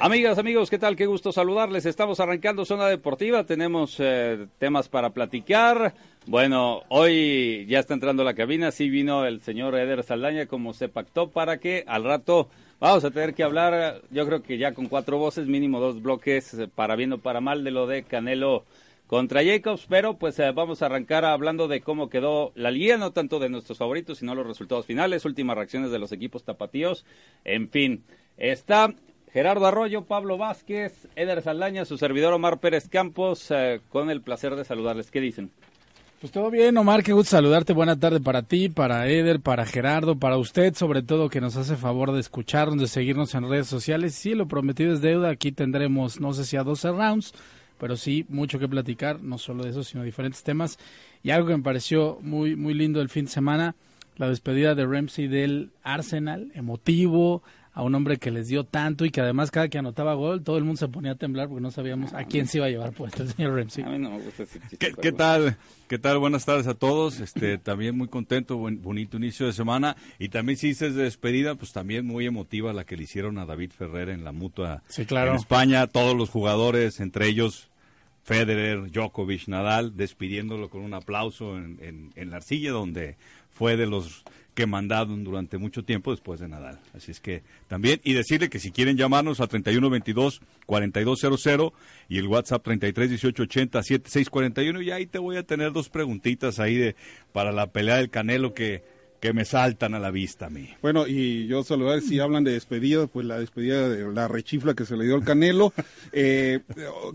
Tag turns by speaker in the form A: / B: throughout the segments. A: Amigas, amigos, ¿qué tal? Qué gusto saludarles. Estamos arrancando Zona Deportiva. Tenemos eh, temas para platicar. Bueno, hoy ya está entrando la cabina. Sí vino el señor Eder Saldaña como se pactó para que al rato Vamos a tener que hablar, yo creo que ya con cuatro voces, mínimo dos bloques, eh, para bien o para mal, de lo de Canelo contra Jacobs, pero pues eh, vamos a arrancar hablando de cómo quedó la liga, no tanto de nuestros favoritos, sino los resultados finales, últimas reacciones de los equipos tapatíos, en fin. Está Gerardo Arroyo, Pablo Vázquez, Eder Saldaña, su servidor Omar Pérez Campos, eh, con el placer de saludarles. ¿Qué dicen?
B: Pues todo bien, Omar, qué gusto saludarte. Buena tarde para ti, para Eder, para Gerardo, para usted, sobre todo que nos hace favor de escucharnos, de seguirnos en redes sociales. Sí, lo prometido es deuda. Aquí tendremos, no sé si a 12 rounds, pero sí, mucho que platicar, no solo de eso, sino diferentes temas. Y algo que me pareció muy, muy lindo el fin de semana, la despedida de Ramsey del Arsenal, emotivo, a un hombre que les dio tanto y que además cada que anotaba gol todo el mundo se ponía a temblar porque no sabíamos a quién se iba a llevar puesto el señor Ramsey.
A: A mí no me gusta ese chiste,
C: ¿Qué,
A: pero
C: qué
A: bueno.
C: tal? ¿Qué tal? Buenas tardes a todos. Este, también muy contento, buen- bonito inicio de semana. Y también si dices de despedida, pues también muy emotiva la que le hicieron a David Ferrer en la mutua
B: Sí, claro.
C: en España. Todos los jugadores, entre ellos Federer, Djokovic, Nadal, despidiéndolo con un aplauso en, en- en la arcilla, donde fue de los que mandaron durante mucho tiempo después de Nadal. Así es que también, y decirle que si quieren llamarnos al 3122-4200 y el WhatsApp 331880-7641, y ahí te voy a tener dos preguntitas ahí de, para la pelea del Canelo que, que me saltan a la vista a mí.
D: Bueno, y yo saludar, si hablan de despedida, pues la despedida de la rechifla que se le dio al Canelo. Eh,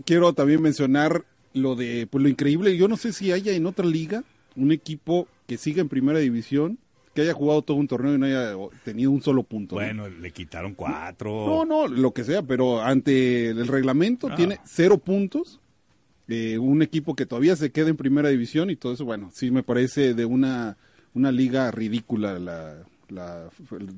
D: quiero también mencionar lo de, pues lo increíble, yo no sé si haya en otra liga un equipo que siga en primera división, que haya jugado todo un torneo y no haya tenido un solo punto. ¿no?
C: Bueno, le quitaron cuatro.
D: No, no, lo que sea, pero ante el reglamento
C: Ah.
D: tiene cero puntos. eh, un equipo que todavía se queda en primera división y todo eso, bueno, sí me parece de una, una liga ridícula la, la-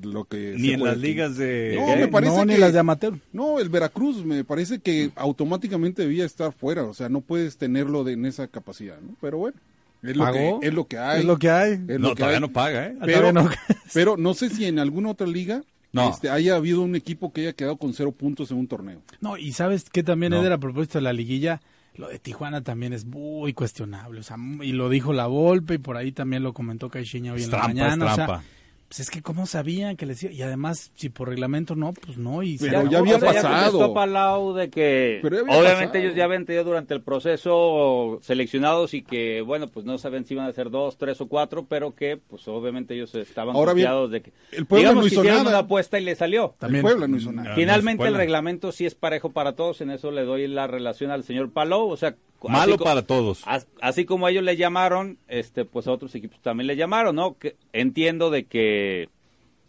D: lo que...
C: Ni
D: se
C: en
D: juega
C: las
D: aquí.
C: ligas de...
D: No, me parece
B: no, ni
D: que-
B: las de amateur.
D: No, el Veracruz me parece
C: Mm.
D: que automáticamente debía estar fuera, o sea, no puedes tenerlo de, en esa capacidad, ¿no? Pero bueno, es lo, que,
B: Pagó,
D: es lo que hay.
B: Es lo que hay.
D: es lo
C: No,
D: que
C: todavía
D: hay.
C: no paga, ¿eh?
D: Pero,
B: Ah, Todavía no.
D: pero no sé si en alguna otra liga
C: No.
D: este, haya habido un equipo que haya quedado con cero puntos en un torneo.
B: No, y sabes que también,
C: No.
B: Eder, a propósito de la liguilla, lo de Tijuana también es muy cuestionable. O sea, y lo dijo la Volpe y por ahí también lo comentó Caixinha hoy
C: Es
B: en
C: trampa,
B: la
C: es
B: mañana. O
C: trampa.
B: sea, pues es que cómo sabían que les iba. Y además, si por reglamento no, pues no. Y se
D: Pero
B: acabó.
D: ya había
B: O sea,
D: pasado.
A: contestó Palau de que
D: Pero ya había
A: obviamente
D: pasado.
A: ellos ya habían tenido durante el proceso seleccionados y que, bueno, pues no saben si iban a ser dos, tres o cuatro, pero que, pues obviamente ellos estaban
D: Ahora bien,
A: confiados de que.
D: el Puebla
A: digamos
D: no
A: que
D: hizo
A: hicieron
D: nada.
A: una apuesta y le salió.
B: También.
D: El Puebla no hizo
C: Ah,
D: nada.
C: no,
A: Finalmente el
C: Puebla.
A: reglamento sí es parejo para todos, en eso le doy la relación al señor Palau, o sea, así
C: Malo
A: co-
C: para todos.
A: as- así como a ellos le llamaron, este pues a otros equipos también le llamaron, ¿no? Que entiendo de que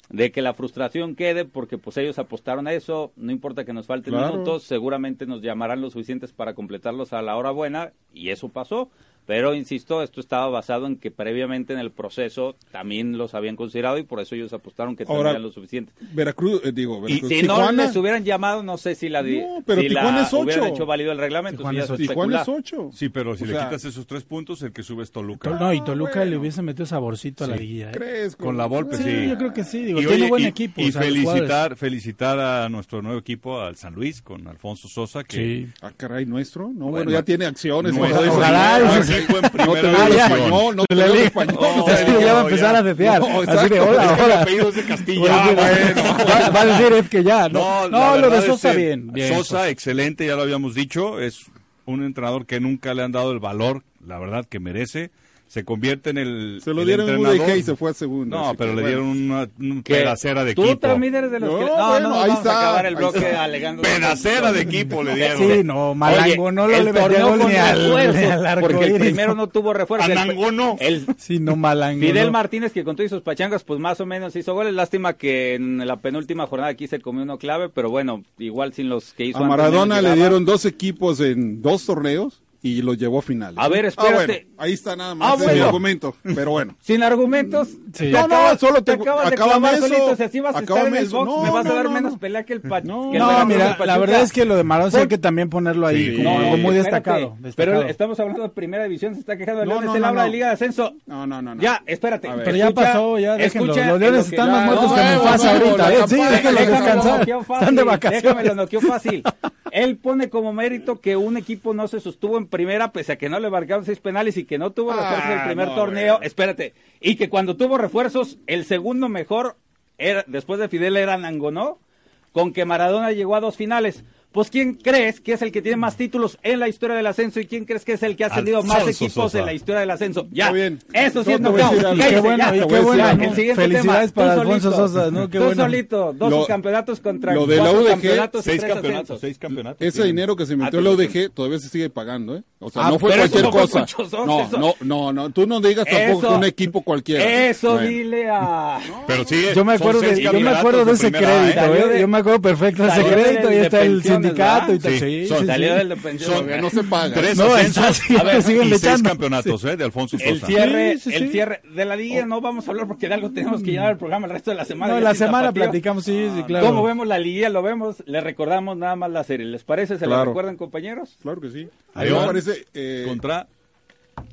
A: de que la frustración quede porque pues ellos apostaron a eso, no importa que nos falten
D: Claro.
A: minutos, seguramente nos llamarán los suficientes para completarlos a la hora buena y eso pasó. Pero insisto, esto estaba basado en que previamente en el proceso también los habían considerado y por eso ellos apostaron que
D: Ahora,
A: tendrían lo suficiente.
B: Mm.
D: Veracruz, eh, digo,
A: Y si
D: Veracruz.
A: no
D: Tijuana,
A: les hubieran llamado, no sé si la, di-
D: No, pero
A: si la
D: Tijuana es ocho.
A: hubieran hecho válido el reglamento.
B: Tijuana
A: si ya
B: es
A: se
B: ocho.
D: Tijuana es
A: especula.
D: ocho.
C: Sí, pero si
D: O
C: le
D: sea,
C: quitas esos tres puntos, el que sube es Toluca.
B: Tol- No, y Toluca le hubiese metido saborcito a la liguilla. ¿eh?
D: ¿crees?
C: Con la Volpe,
B: Sí,
C: sí.
B: yo creo que sí. Digo,
C: Y,
B: tiene
C: oye,
B: buen
C: y-
B: equipo.
C: y
B: o sea, los jugadores.
C: felicitar, felicitar a nuestro nuevo equipo, al San Luis, con Alfonso Sosa, que
B: Sí.
D: Ah, caray, nuestro. No, bueno,
C: Bueno.
D: ya tiene acciones.
C: No,
D: todo eso.
B: ojalá.
D: No,
C: Un
D: sí.
C: equipo en
D: No te
C: primera
D: veo el
C: división.
D: español, no te
B: La
D: veo el
B: liga.
D: español.
C: No,
B: Es que ya va a empezar a desear.
D: No,
B: así de
D: exacto.
B: hola,
C: Es que el
B: hola.
C: apellido es de Castillo.
B: Va a
C: Ah,
B: decir-
C: bueno.
B: va, va a decir Ed que ya. Ah, No, no, lo
C: la
B: de
C: verdad,
B: Sosa
C: este,
B: bien. bien.
C: Sosa, excelente, ya lo habíamos dicho. Es un entrenador que nunca le han dado el valor, la verdad, que merece. se convierte en el.
D: Se lo
C: el
D: dieron en
C: entrenador.
D: UDG y se fue a segunda.
C: No,
D: así
C: pero
D: que,
C: le
D: bueno.
C: dieron una, una
A: Que
C: pedacera de
A: tú
C: equipo.
A: también eres de los
D: No,
A: que... No, no,
D: bueno,
A: no,
D: ahí
A: vamos
D: está,
A: a acabar el
D: ahí
A: bloque
D: está.
A: alegando...
C: Pedacera de equipo le dieron.
B: Sí, no, Malango
A: Oye,
B: no lo
A: el
B: le metió
A: torneo
B: gol
A: con
B: ni al,
A: refuerzos,
B: ni al arco
A: Porque el
B: iris.
A: primero no tuvo refuerzo. El-
C: Anango no.
A: el-
B: Sí, no, Malango.
A: Fidel
B: no.
A: Martínez, que con todos sus pachangas, pues más o menos hizo goles. Lástima que en la penúltima jornada aquí se comió uno clave, pero bueno, igual sin los que hizo
D: A
A: antes,
D: Maradona
A: menos
D: le
A: llegaba.
D: dieron dos equipos en dos torneos y lo llevó a finales.
A: A ver,
D: Ah,
A: espérate.
D: bueno, ahí está nada más
A: Ah,
D: ese es
A: bueno.
D: mi argumento, pero bueno.
A: Sin argumentos.
B: Sí.
A: te
D: No, no,
A: acabas-
D: solo te-
A: acabas de
D: acábame
A: clavar
D: eso,
A: solito. O sea, si vas a estar
D: acábame
A: en el
D: eso.
A: box,
D: No,
A: me vas a
D: no,
A: dar
D: no,
A: menos
D: no.
A: pelea que el
D: No,
A: Pachuca.
B: No, mira, la verdad es que lo de Maradona sí hay que también ponerlo ahí
C: Sí.
B: como
C: No,
B: algo muy
A: espérate,
B: destacado.
A: Pero
B: destacado.
A: estamos hablando de primera división, se está quejando de
D: No,
A: Leones,
D: no,
A: él
D: no,
A: habla
D: no.
A: de Liga de Ascenso.
D: No, no, no. no.
A: Ya, espérate.
D: A ver.
B: Pero ya pasó, ya déjenlo. Los leones están más
D: ya,
B: muertos
D: no,
B: que
D: eh,
B: Mufasa
D: bueno,
B: ahorita. ¿eh?
D: la
B: Sí,
D: campaña,
B: déjenlos
D: déjalo,
B: descansar.
A: noqueó fácil,
B: Están de
A: Déjame lo
B: vacaciones.
A: noqueó fácil. Él pone como mérito que un equipo no se sostuvo en primera, pese a que no le marcaron seis penales y que no tuvo refuerzos en el
D: Ah,
A: primer
D: no,
A: torneo.
D: güey.
A: Espérate. Y que cuando tuvo refuerzos, el segundo mejor, era, después de Fidel, era Nangonó, con que Maradona llegó a dos finales. Pues, ¿quién crees que es el que tiene más títulos en la historia del ascenso? ¿Y quién crees que es el que ha ascendido más
C: Alfonso
A: equipos
C: Sosa.
A: en la historia del ascenso? Ya.
D: Está bien.
A: Eso sí
D: No,
A: es
D: te voy a
A: knockout.
D: decir algo.
A: Cállese,
D: Qué
B: bueno,
A: ya.
B: y
A: Te
B: qué
A: voy a decir
B: bueno,
A: algo.
B: ¿no?
A: El siguiente tema,
B: Felicidades
A: tú
B: para
A: solito.
B: Alfonso Sosa, ¿no? Qué
A: Tú
B: bueno.
A: solito, dos
D: Lo-
A: campeonatos contra
D: lo de la
A: cuatro
D: UDG,
A: campeonatos y
C: Seis
A: tres
C: campeonatos,
A: ascensos.
C: seis campeonatos.
D: Ese
C: Sí.
D: dinero que se metió
A: Ah,
D: la
A: pero-
D: UDG todavía se sigue pagando, ¿eh? O sea,
B: Ah,
D: no fue
A: pero eso
D: cualquier
A: no fue
D: cosa.
A: muchos dos,
D: no,
A: eso-
D: no, no, no, tú no digas tampoco que un equipo cualquiera.
A: Eso
D: Bueno.
A: dile a.
C: Pero sí,
B: Yo me
C: son
B: acuerdo
C: seis
B: de, yo me acuerdo de
C: campeonatos
B: ese
C: primera A, ¿eh?
B: crédito,
A: Salió
B: ¿eh?
A: de-
B: Yo me acuerdo perfecto de ese
A: salió del
B: crédito. Y está el
A: Indepensiones,
B: sindicato y tal.
C: ¿verdad?
B: Sí,
C: Sí,
B: sí, sí.
A: Salió del defensor.
D: Todavía no se paga.
C: Tres
B: No,
C: ascensos
B: está- sí,
C: a ver,
B: le siguen
C: y seis
B: echando.
C: campeonatos eh, de Alfonso Sosa.
A: El cierre,
B: Sí, sí,
A: el
B: sí. Mm.
A: cierre de la liga no vamos a hablar porque de algo tenemos que llenar el programa el resto de la semana.
B: No,
A: Ya
B: la
A: sin
B: semana
A: tapatío.
B: platicamos, sí, sí, claro.
A: ¿Cómo vemos la liga? Lo vemos, le recordamos nada más la serie. ¿Les parece? ¿Se la
D: Claro.
A: recuerdan, compañeros?
D: Claro que sí.
C: Ahí
D: Ahí me
C: van.
D: parece eh,
C: contra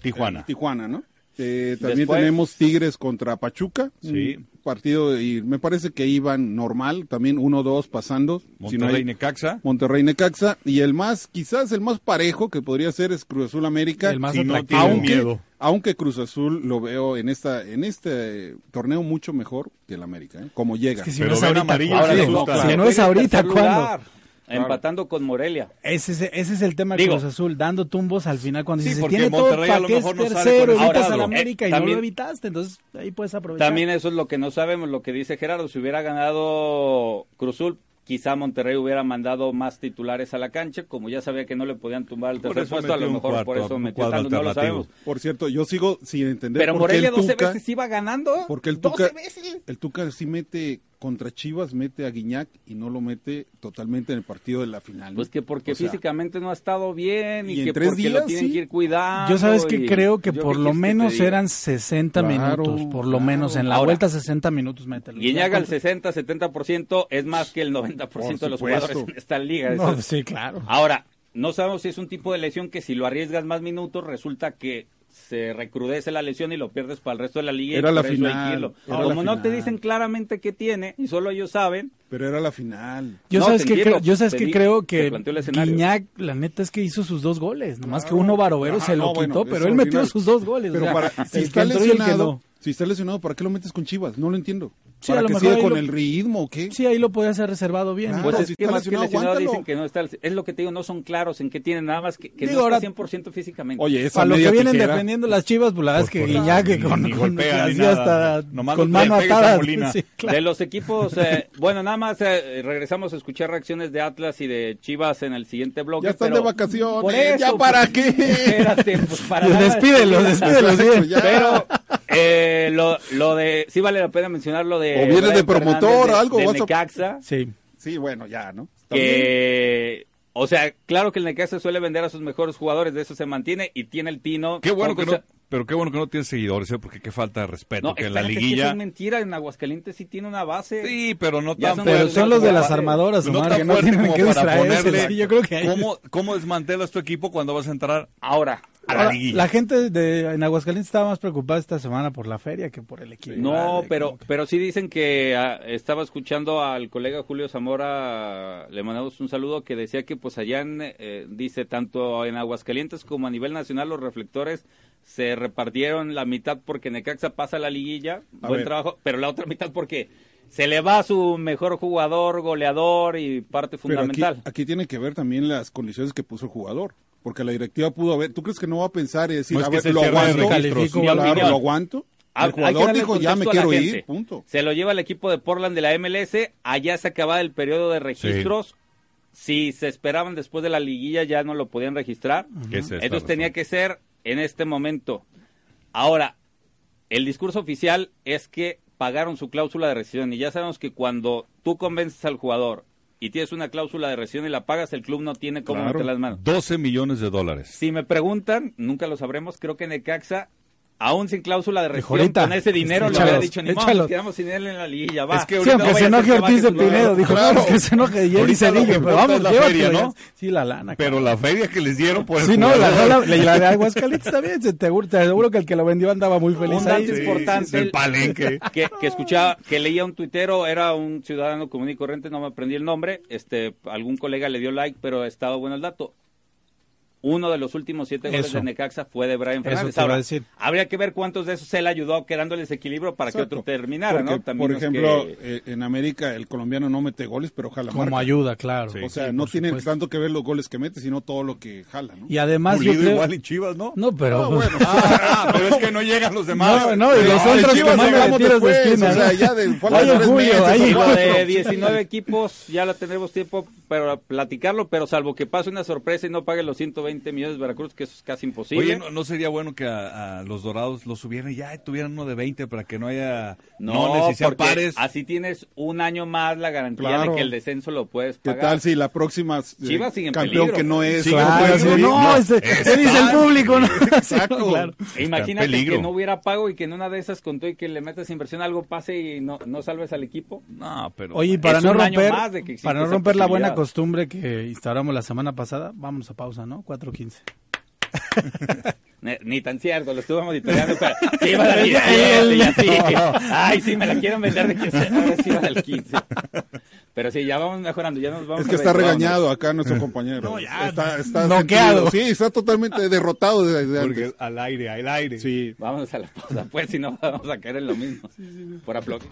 C: Tijuana.
D: Tijuana, ¿no? Eh, también
A: Después-
D: tenemos Tigres contra Pachuca.
C: Sí.
D: Un partido y me parece que iban normal, también 1-2 pasando. Si no
C: Monterrey
D: hay-
C: Necaxa.
D: Monterrey Necaxa y el más quizás el más parejo que podría ser es Cruz Azul América.
B: El más
C: Si no
B: atractivo.
C: tiene
D: aunque
C: miedo.
D: aunque Cruz Azul lo veo en esta en este eh, torneo mucho mejor que el América, ¿eh? como llega.
B: Es que si
C: Pero
B: no es
C: ven
B: ahorita,
C: amarillo,
B: ¿cuándo?
C: sí,
B: Si
C: no, claro.
B: no
A: Sigue
B: es
A: en
B: ahorita,
A: tercer lugar,
B: ¿cuándo?
A: Empatando con Morelia.
B: Ese es, ese es el tema de
A: Digo-
B: Cruz Azul, dando tumbos al final cuando
C: Sí,
B: dices,
C: porque
B: tiene todo
C: Monterrey a
B: para
C: lo
B: que es
C: mejor no sale
B: tercero,
C: con el
B: evitas a
A: cuadro.
B: la América
A: Eh,
B: y no
A: también-
B: lo evitaste, entonces ahí puedes aprovechar.
A: También eso es lo que no sabemos, lo que dice Gerardo. Si hubiera ganado Cruzul, quizá Monterrey hubiera mandado más titulares a la cancha. Como ya sabía que no le podían tumbar el
C: Por
A: tercer
C: eso
A: puesto, a
C: metió
A: lo
C: un
A: mejor
C: cuarto,
A: por eso
C: un
A: metió
C: cuadro
A: tantos, no lo
C: alternativo.
A: sabemos.
D: Por cierto, yo sigo sin entender
A: Pero
D: por qué
A: Morelia
D: el
A: 12
D: Tuca,
A: veces iba ganando.
D: porque el
A: 12
D: Tuca
A: veces.
D: el Tuca sí mete contra Chivas mete a Guiñac y no lo mete totalmente en el partido de la final. ¿no?
A: Pues que porque
D: O sea,
A: físicamente no ha estado bien y,
D: y
A: que
D: en tres
A: porque lo
D: días,
A: tienen
D: sí.
A: que ir cuidando.
B: Yo sabes que
A: ah, y-
B: creo que
A: yo
B: por
A: qué quieres
B: lo
A: que este te
B: menos
A: diga.
B: eran 60
D: Claro,
B: minutos, por lo
D: claro.
B: menos en la
A: Ahora,
B: vuelta 60 minutos mételo.
A: Guiñaga al 60, 70% es más que el 90% de los
D: Por supuesto. pues
A: jugadores en esta liga. Eso
B: No,
A: es-
B: sí, claro.
A: Ahora, no sabemos si es un tipo de lesión que si lo arriesgas más minutos resulta que se recrudece la lesión y lo pierdes para el resto de la liga. y
D: Era la
A: por eso hay
D: final,
A: que irlo.
D: era
A: Como
D: la
A: no te
D: final.
A: dicen claramente qué tiene y solo ellos saben,
D: pero era la final.
B: Yo
A: No,
B: sabes
A: te
B: que
A: entiendo,
B: creo, yo sabes
A: te
B: que
A: di-
B: creo
A: te
B: que
A: planteo el escenario.
B: Guiñac, la neta es que hizo sus dos goles, nomás que
D: Claro.
B: uno Barovero
D: Ah,
B: se lo
D: no, bueno,
B: quitó,
D: es
B: pero él metió
D: original.
B: sus dos goles.
D: Pero
B: o sea,
D: para, si
B: el
D: está
B: que entró y el que
D: lesionado,
B: no.
D: si está lesionado, ¿para qué lo metes con Chivas? No lo entiendo.
B: Sí, a
D: ¿Para
B: lo
D: que
B: mejor
D: siga
B: ahí
D: con
B: lo-
D: el ritmo? ¿Qué?
B: Sí, ahí lo podía hacer reservado bien.
D: Claro,
B: ¿no?
A: pues
D: si
A: es que
D: está
A: más que
D: lesionado,
A: lesionado
D: aguántalo.
A: dicen que no está. Es lo que te digo, no son claros en qué tienen, nada más que, que
B: Digo,
A: no
B: ahora-
A: está 100% físicamente.
D: Oye, esa
B: Para lo que
D: media
B: vienen
D: tijera.
B: defendiendo las chivas, pues la verdad es que
C: por-
B: Guiñac que
C: ni-
B: con,
C: ni
B: con,
C: golpea ni
B: así
C: nada.
B: hasta
C: Nomás
B: con
C: le
B: mano
C: pegas a
B: atada.
C: Molina.
B: sí, claro.
A: De los equipos, eh, bueno, nada más eh, regresamos a escuchar reacciones de Atlas y de Chivas en el siguiente bloque.
D: Ya están
A: pero-
D: de vacaciones,
A: Por eso,
D: ¿ya
A: pues,
D: para qué?
A: Espérate, pues para nada.
B: Despídelos, despídelos bien.
D: Ya.
A: Pero eh, lo, lo de, sí vale la pena mencionar lo de.
D: O viene de
A: Brian
D: promotor,
A: Fernández de-
D: algo,
A: del
D: vas a-
A: Necaxa,
B: Sí.
D: Sí, bueno, ya, ¿no? Está bien.
A: que. O sea, claro que el Necaxa suele vender a sus mejores jugadores, de eso se mantiene y tiene el tino.
C: Qué bueno
A: Poco
C: que
A: se-
C: no, pero qué bueno que no tiene seguidores, ¿eh? porque qué falta de respeto
A: No,
C: que en la
A: espérate, es que
C: liguilla.
A: eso es mentira, en Aguascalientes sí tiene una base.
C: Sí, pero no
A: Ya Pero
C: tan
B: Pero
C: fuerte
B: son los de
C: como
B: las
C: para-
B: armadoras,
C: no
B: Omar,
C: tan
B: que no
C: fuerte
B: tienen
C: como
B: que
C: para
B: distraerse.
C: ponerle
B: Sí, yo creo que ahí-
C: ¿Cómo, ¿Cómo desmantelas tu equipo cuando vas a entrar
A: Ahora,
C: a la
B: Ahora,
C: liguilla?
B: la gente de, en Aguascalientes estaba más preocupada esta semana por la feria que por el equipo.
A: No,
B: Vale,
A: pero,
B: como que-
A: pero sí dicen que ah, estaba escuchando al colega Julio Zamora, le mandamos un saludo, que decía que pues allá en, eh, dice, tanto en Aguascalientes como a nivel nacional los reflectores se repartieron la mitad porque Necaxa pasa la liguilla, buen
D: ver.
A: trabajo, pero la otra mitad porque se le va su mejor jugador, goleador y parte
D: Pero aquí,
A: fundamental.
D: aquí tiene que ver también las condiciones que puso el jugador. Porque la directiva pudo haber. ¿Tú crees que no va a pensar y decir,
C: No es
D: a
C: que
D: ver,
C: se
D: lo
C: cierre de
D: aguanto?
C: registros.
D: Claro,
A: Mi opinión.
D: lo aguanto.
A: Hay
D: El
A: que darle
D: jugador dijo, ya me
A: contexto a la
D: quiero
A: gente.
D: ir, punto.
A: Se lo lleva el equipo de Portland de la MLS. Allá se acababa el periodo de registros. Si se esperaban después de la liguilla, ya no lo podían registrar.
C: Que es esta
A: Entonces
C: razón.
A: tenía que ser en este momento. Ahora, el discurso oficial es que pagaron su cláusula de rescisión y ya sabemos que cuando tú convences al jugador y tienes una cláusula de rescisión y la pagas, el club no tiene cómo
D: Claro.
A: meter las manos.
C: 12 millones de dólares.
A: Si me preguntan, nunca lo sabremos, creo que Necaxa, aún sin cláusula de rescisión,
B: ahorita.
A: con ese dinero lo
B: Échalos,
A: hubiera dicho, ni modo,
B: échalos.
A: nos quedamos sin él en la liguilla, va.
C: Es que
B: Sí,
C: ahorita
B: aunque
A: No
C: vaya
A: vaya
B: se
A: a
B: enoje
A: ser que
B: Ortiz
A: baje
B: de
A: su valor.
B: Pinedo, dijo,
C: Claro.
B: no, que se enoje Jerry
C: Ahorita lo
B: Cedillo,
C: que
B: pero
C: importa
B: vamos,
C: es la
B: llévatelo
C: feria,
B: ya.
C: ¿no?
B: Sí, la lana.
C: Pero la feria que les dieron por el
B: Sí, no, la,
C: jugador,
B: la- la- la de Aguascalientes también, se- te, te aseguro que el que lo vendió andaba muy feliz
A: Un
B: ahí.
A: dato
C: sí,
A: importante.
C: del palenque.
A: que, que escuchaba, que leía un tuitero, era un ciudadano común y corriente, no me aprendí el nombre, este, algún colega le dio like, pero estaba bueno el dato. Uno de los últimos siete goles
B: Eso.
A: de Necaxa fue de Brian
B: Eso
A: Fernández.
B: te iba a
A: Ahora,
B: decir.
A: habría que ver cuántos de esos él ayudó quedándoles equilibrio para que
D: Exacto.
A: otro terminara,
D: Porque,
A: ¿no? También
D: por
A: es
D: ejemplo,
A: que-
D: eh, en América el colombiano no mete goles, pero jala
B: Como
D: marca.
B: ayuda, claro.
C: Sí.
D: O sea,
B: Sí,
D: no
B: por
D: tiene
B: supuesto.
D: tanto que ver los goles que mete, sino todo lo que jala, ¿no?
B: Y además yo
C: Pulido
B: creo...
C: igual y Chivas, ¿no?
B: No, pero...
D: Ah, bueno.
C: Ah, pero es que no llegan los demás.
B: No, no, y los
C: de
B: otros que
C: Chivas
B: mandan
C: llegamos
B: de tiros de
C: después.
B: esquina,
D: o sea,
B: ¿no?
D: ya de falta
B: Hay
D: de tres
B: orgullo,
D: meses,
B: hay
D: son
A: Y lo
D: cuatro.
A: de 19 equipos ya la tendremos tiempo para platicarlo, pero salvo que pase una sorpresa y no pague los 120 millones de Veracruz, que eso es casi imposible.
C: Oye, ¿no, no sería bueno que a, a los dorados los subieran y ya tuvieran uno de 20 para que no haya
A: No,
C: nones y sean
A: porque
C: pares?
A: así tienes un año más la garantía
D: Claro.
A: de que el descenso lo puedes
D: ¿Qué
A: pagar. E
D: tal si la próxima eh,
A: Chivas sigue en
D: campeón
A: peligro.
D: que no es?
C: Sí,
D: no
B: Claro,
D: puede
B: sí,
D: subir?
B: no, ese- ¿qué dice el público? ¿no?
D: Exacto.
B: Claro.
C: Está en
A: Imagínate
C: peligro.
A: que no hubiera pago y que en una de esas con todo y que le metas inversión algo pase y no, no salves al equipo.
C: No, pero...
B: Oye, y para
A: Es
B: no
A: un año
B: romper,
A: más de que existe
B: para no
A: esa
B: romper la buena
A: posibilidad.
B: costumbre que instauramos la semana pasada, vamos a pausa, ¿no? 4.15.
A: Ne- Ni, tan cierto, lo estuve monitoreando. Para... Sí, iba a dar 17 y así. Ay, sí, me la quieren vender de 15. Ahora sí va al 15. Pero sí, ya vamos mejorando. Ya nos vamos
D: Es que está
A: arreglando.
D: regañado acá nuestro compañero. está, está
B: noqueado.
D: sentido. Sí, está totalmente derrotado desde
C: Porque
D: antes.
C: al aire, al aire.
D: Sí.
A: Vamos a la pausa, pues, si no vamos a caer en lo mismo. Por aplaudir.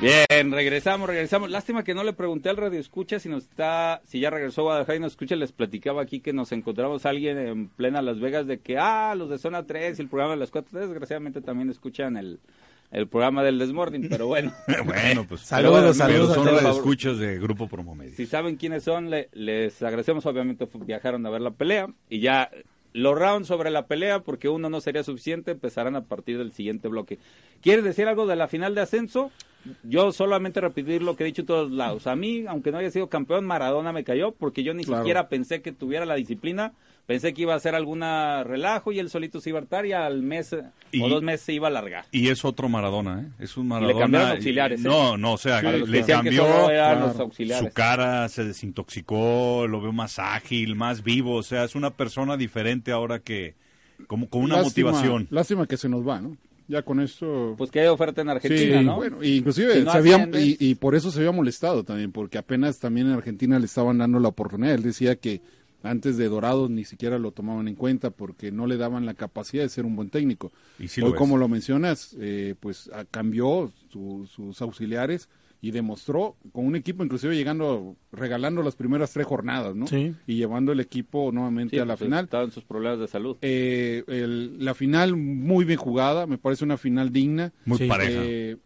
A: Bien, regresamos, regresamos. Lástima que no le pregunté al radio escucha si nos está, si ya regresó a Guadalajara y nos escucha, les platicaba aquí que nos encontramos a alguien en plena Las Vegas de que ah, los de zona 3 y el programa de las 4, desgraciadamente también escuchan el, el programa del Desmorning, pero bueno,
C: Bueno, pues...
B: Saludos,
C: pero-
B: saludos a
C: Pero
A: todos.
C: son las escuchas de Grupo Promomedia.
A: si saben quiénes son, le- les agradecemos, obviamente fu- viajaron a ver la pelea y ya los rounds sobre la pelea, porque uno no sería suficiente, empezarán a partir del siguiente bloque. ¿Quieres decir algo de la final de ascenso? Yo solamente repetir lo que he dicho en todos lados. A mí, aunque no haya sido campeón, Maradona me cayó porque yo ni
D: Claro.
A: siquiera pensé que tuviera la disciplina. Pensé que iba a hacer alguna relajo y él solito se iba a hartar y al mes eh,
C: Y-
A: o dos meses se iba a largar.
C: Y es otro Maradona, ¿eh? Es un Maradona...
A: le cambiaron auxiliares, ¿eh?
C: No, no, o sea,
A: Para los que
C: le
A: decían que
C: cambió...
A: solo eran los
D: claro,
A: auxiliares.
C: Su cara se desintoxicó, lo veo más ágil, más vivo, o sea, es una persona diferente ahora que, como con una
D: Lástima-
C: motivación.
D: Lástima que se nos va, ¿no? Ya con esto.
A: Pues que hay oferta en Argentina,
D: sí,
A: ¿no?
D: bueno, y inclusive
A: Si no
D: se había-
A: asciendes-
D: y, y por eso se había molestado también, porque apenas también en Argentina le estaban dando la oportunidad. Él decía que antes de Dorados ni siquiera lo tomaban en cuenta porque no le daban la capacidad de ser un buen técnico.
C: Y sí lo
D: Hoy,
C: es.
D: como lo mencionas, eh, pues ah, cambió su- sus auxiliares y demostró con un equipo inclusive llegando, regalando las primeras tres jornadas, ¿no?
B: Sí.
D: Y llevando el equipo nuevamente
A: Sí,
D: a la
A: pues,
D: final.
A: Estaban sus problemas de salud.
D: Eh, el- la final muy bien jugada, me parece una final digna.
C: Muy
B: Sí.
C: pareja.
D: Eh,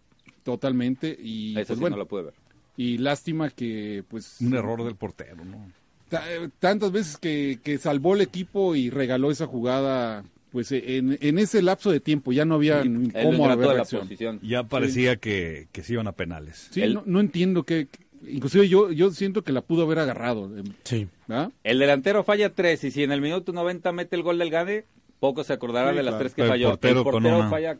D: totalmente. Y,
A: Esa
D: pues,
A: sí
D: bueno,
A: no la pude ver.
D: y lástima que, pues,
C: Un error del portero, ¿no?
D: ta- eh, tantas veces que, que salvó el equipo y regaló esa jugada, pues eh, en, en ese lapso de tiempo ya no había ni
A: Él lo
D: cómo
A: ingrato
D: haber
A: de la
D: reacción.
A: posición.
C: Ya parecía que, que se iban a penales.
D: Sí,
A: El-
D: no, no entiendo que, inclusive yo, yo siento que la pudo haber agarrado, eh,
B: Sí.
D: ¿verdad?
A: El delantero falla tres y si en el minuto 90 mete el gol del Gane, poco se acordará
D: Sí,
A: de las
D: claro.
A: tres que
C: El
A: falló.
C: portero
A: el
C: con
A: portero
C: una.
A: falla,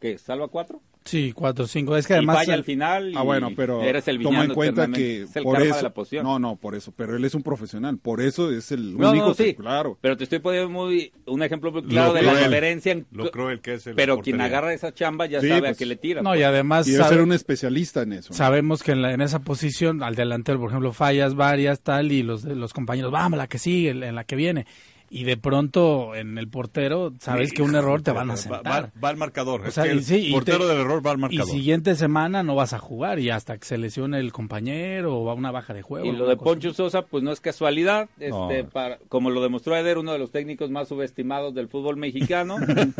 A: ¿qué? ¿Salva cuatro?
B: Sí, 4, 5. Es que
A: y
B: además...
A: falla al final y
D: Ah, bueno, pero
A: eres el
D: toma en
A: villano
D: cuenta
A: eternamente.
D: que
A: es el
D: por
A: karma
D: eso,
A: de la posición.
D: no, no, por eso, pero él es un profesional, por eso es el
A: No,
D: único,
A: no,
D: que-
A: sí,
D: claro.
A: pero te estoy poniendo muy, un ejemplo muy claro de la
C: cruel,
A: diferencia. en-
C: Lo cruel que es el
A: pero
C: portería.
A: quien agarra esa chamba ya
D: Sí,
A: sabe a
D: pues,
A: qué le tira.
B: No, y además...
D: Y debe
B: sabe-
D: ser un especialista en eso. ¿no?
B: Sabemos que en, la- en esa posición, al delantero, por ejemplo, fallas varias, tal, y los, los compañeros, vamos, la que sigue, en la que viene. y de pronto en el portero sabes que un error te van a
C: Va,
B: sentar.
C: va- va al marcador.
B: O sea,
C: Es que
B: y sí,
C: el
B: y
C: portero
B: te-
C: del error va al
B: Y
C: marcador.
B: siguiente semana no vas a jugar y hasta que se lesione el compañero o va una baja de juego.
A: Y lo
B: alguna
A: de
B: cosa.
A: Poncho Sosa, pues no es casualidad, este,
C: No.
A: para- como lo demostró Eder, uno de los técnicos más subestimados del fútbol mexicano.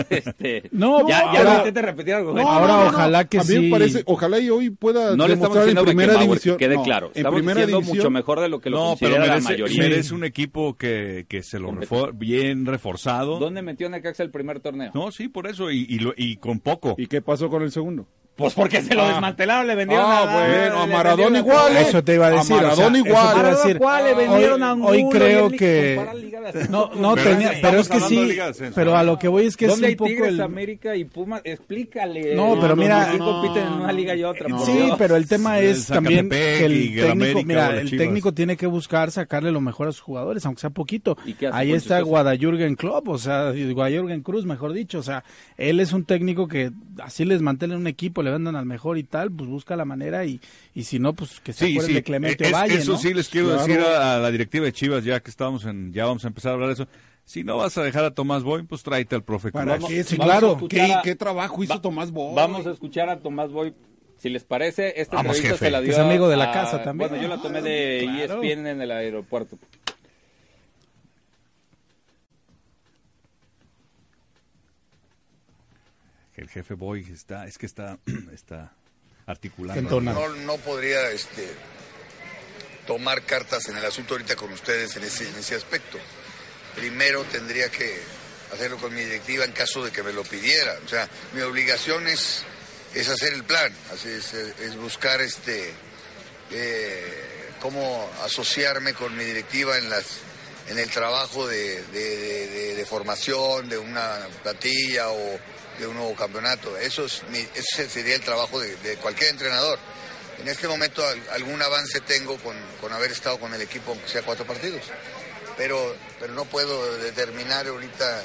A: este, ya,
B: No,
A: ya
B: ahora-
A: no intentes repetir algo.
D: No,
B: Ahora
D: no, no, no.
B: ojalá que
D: A mí me
B: sí.
D: parece, ojalá y hoy pueda
A: no le estamos
D: demostrar en
A: diciendo
D: primera
A: Beckenbauer,
D: división.
A: que quede
D: no,
A: claro.
D: en
A: Estamos
D: primera
A: diciendo
D: división.
A: mucho mejor de lo que lo
C: No, pero
A: considera la
C: merece,
A: mayoría.
C: merece un equipo que, que se lo refor- bien reforzado.
A: ¿Dónde metió Necaxa el primer torneo?
C: No, sí, por eso. Y, y, lo- y con poco.
D: ¿Y qué pasó con el segundo?
A: Pues porque se lo
D: Ah.
A: desmantelaron, le vendieron
D: Ah,
A: a,
D: bueno, a
A: le
D: Maradona
A: vendieron
D: igual. ¿eh?
B: Eso te iba a ¿eh? decir,
D: A Maradona
B: o sea, eso
D: igual.
B: te iba a decir.
A: ¿Cuál? Le
B: Hoy-
A: vendieron a un
B: hoy
A: uno
B: creo
A: y él le
B: que-
A: compara Liga de Ascenso
B: No,
A: con
B: no
A: Liga de
B: tenía,
A: Ascenso.
B: pero es que
C: Estamos hablando de
B: sí,
C: Liga de Ascenso.
B: pero a lo que voy es que es
A: ¿Dónde
B: un
A: hay
B: poco
A: Tigres,
B: el...
A: América y Pumas? Explícale.
B: No, pero
A: ¿por
B: mira-
A: qué compiten en una liga y otra?
D: No.
A: por
B: Sí,
A: Dios?
B: pero el tema
C: El
B: es también
C: Zacatepec
B: que
C: y
B: el
C: el
B: técnico,
C: América o
B: mira,
C: las
B: el
C: Chivas.
B: técnico tiene que buscar sacarle lo mejor a sus jugadores, aunque sea poquito.
A: ¿Y qué hace
B: Ahí
A: Poncho
B: está
A: Sosa?
B: Guadayurgen Klopp, o sea, Guadayurgen Cruz, mejor dicho, o sea, él es un técnico que así les mantiene un equipo, le vendan al mejor y tal, pues busca la manera y, y si no, pues que se
C: Sí,
B: acuerden
C: sí.
B: de Clemente
C: Es-
B: Valle,
C: eso
B: ¿no?
C: sí les quiero
D: Claro.
C: decir a, a la directiva de Chivas, ya que estamos en, ya vamos a empezar a hablar de eso. Si no vas a dejar a Tomás Boy, pues tráete al profe.
D: ¿Para
C: Cruz.
D: qué? Sí,
A: vamos a
D: claro.
A: escuchar
D: ¿Qué,
A: a-
D: qué trabajo hizo Tomás Boy?
A: Vamos a escuchar a Tomás Boy. Si les parece, esta
C: Vamos,
A: entrevista
C: jefe.
A: se la dio.
B: Que es amigo de la
A: a-
B: casa también.
A: Bueno, yo la tomé de E ESPN en el aeropuerto.
C: El jefe Boy está, es que está, está articulando.
B: Entonado.
E: No, no podría este, tomar cartas en el asunto ahorita con ustedes en ese, en ese aspecto. Primero tendría que hacerlo con mi directiva en caso de que me lo pidiera. O sea, mi obligación es, es hacer el plan, así es, es buscar este, eh, cómo asociarme con mi directiva en las en el trabajo de, de- de- de- de formación de una plantilla o de un nuevo campeonato. Eso es mi- ese sería el trabajo de, de cualquier entrenador. En este momento al- algún avance tengo con, con haber estado con el equipo, aunque sea cuatro partidos. Pero, pero no puedo determinar ahorita,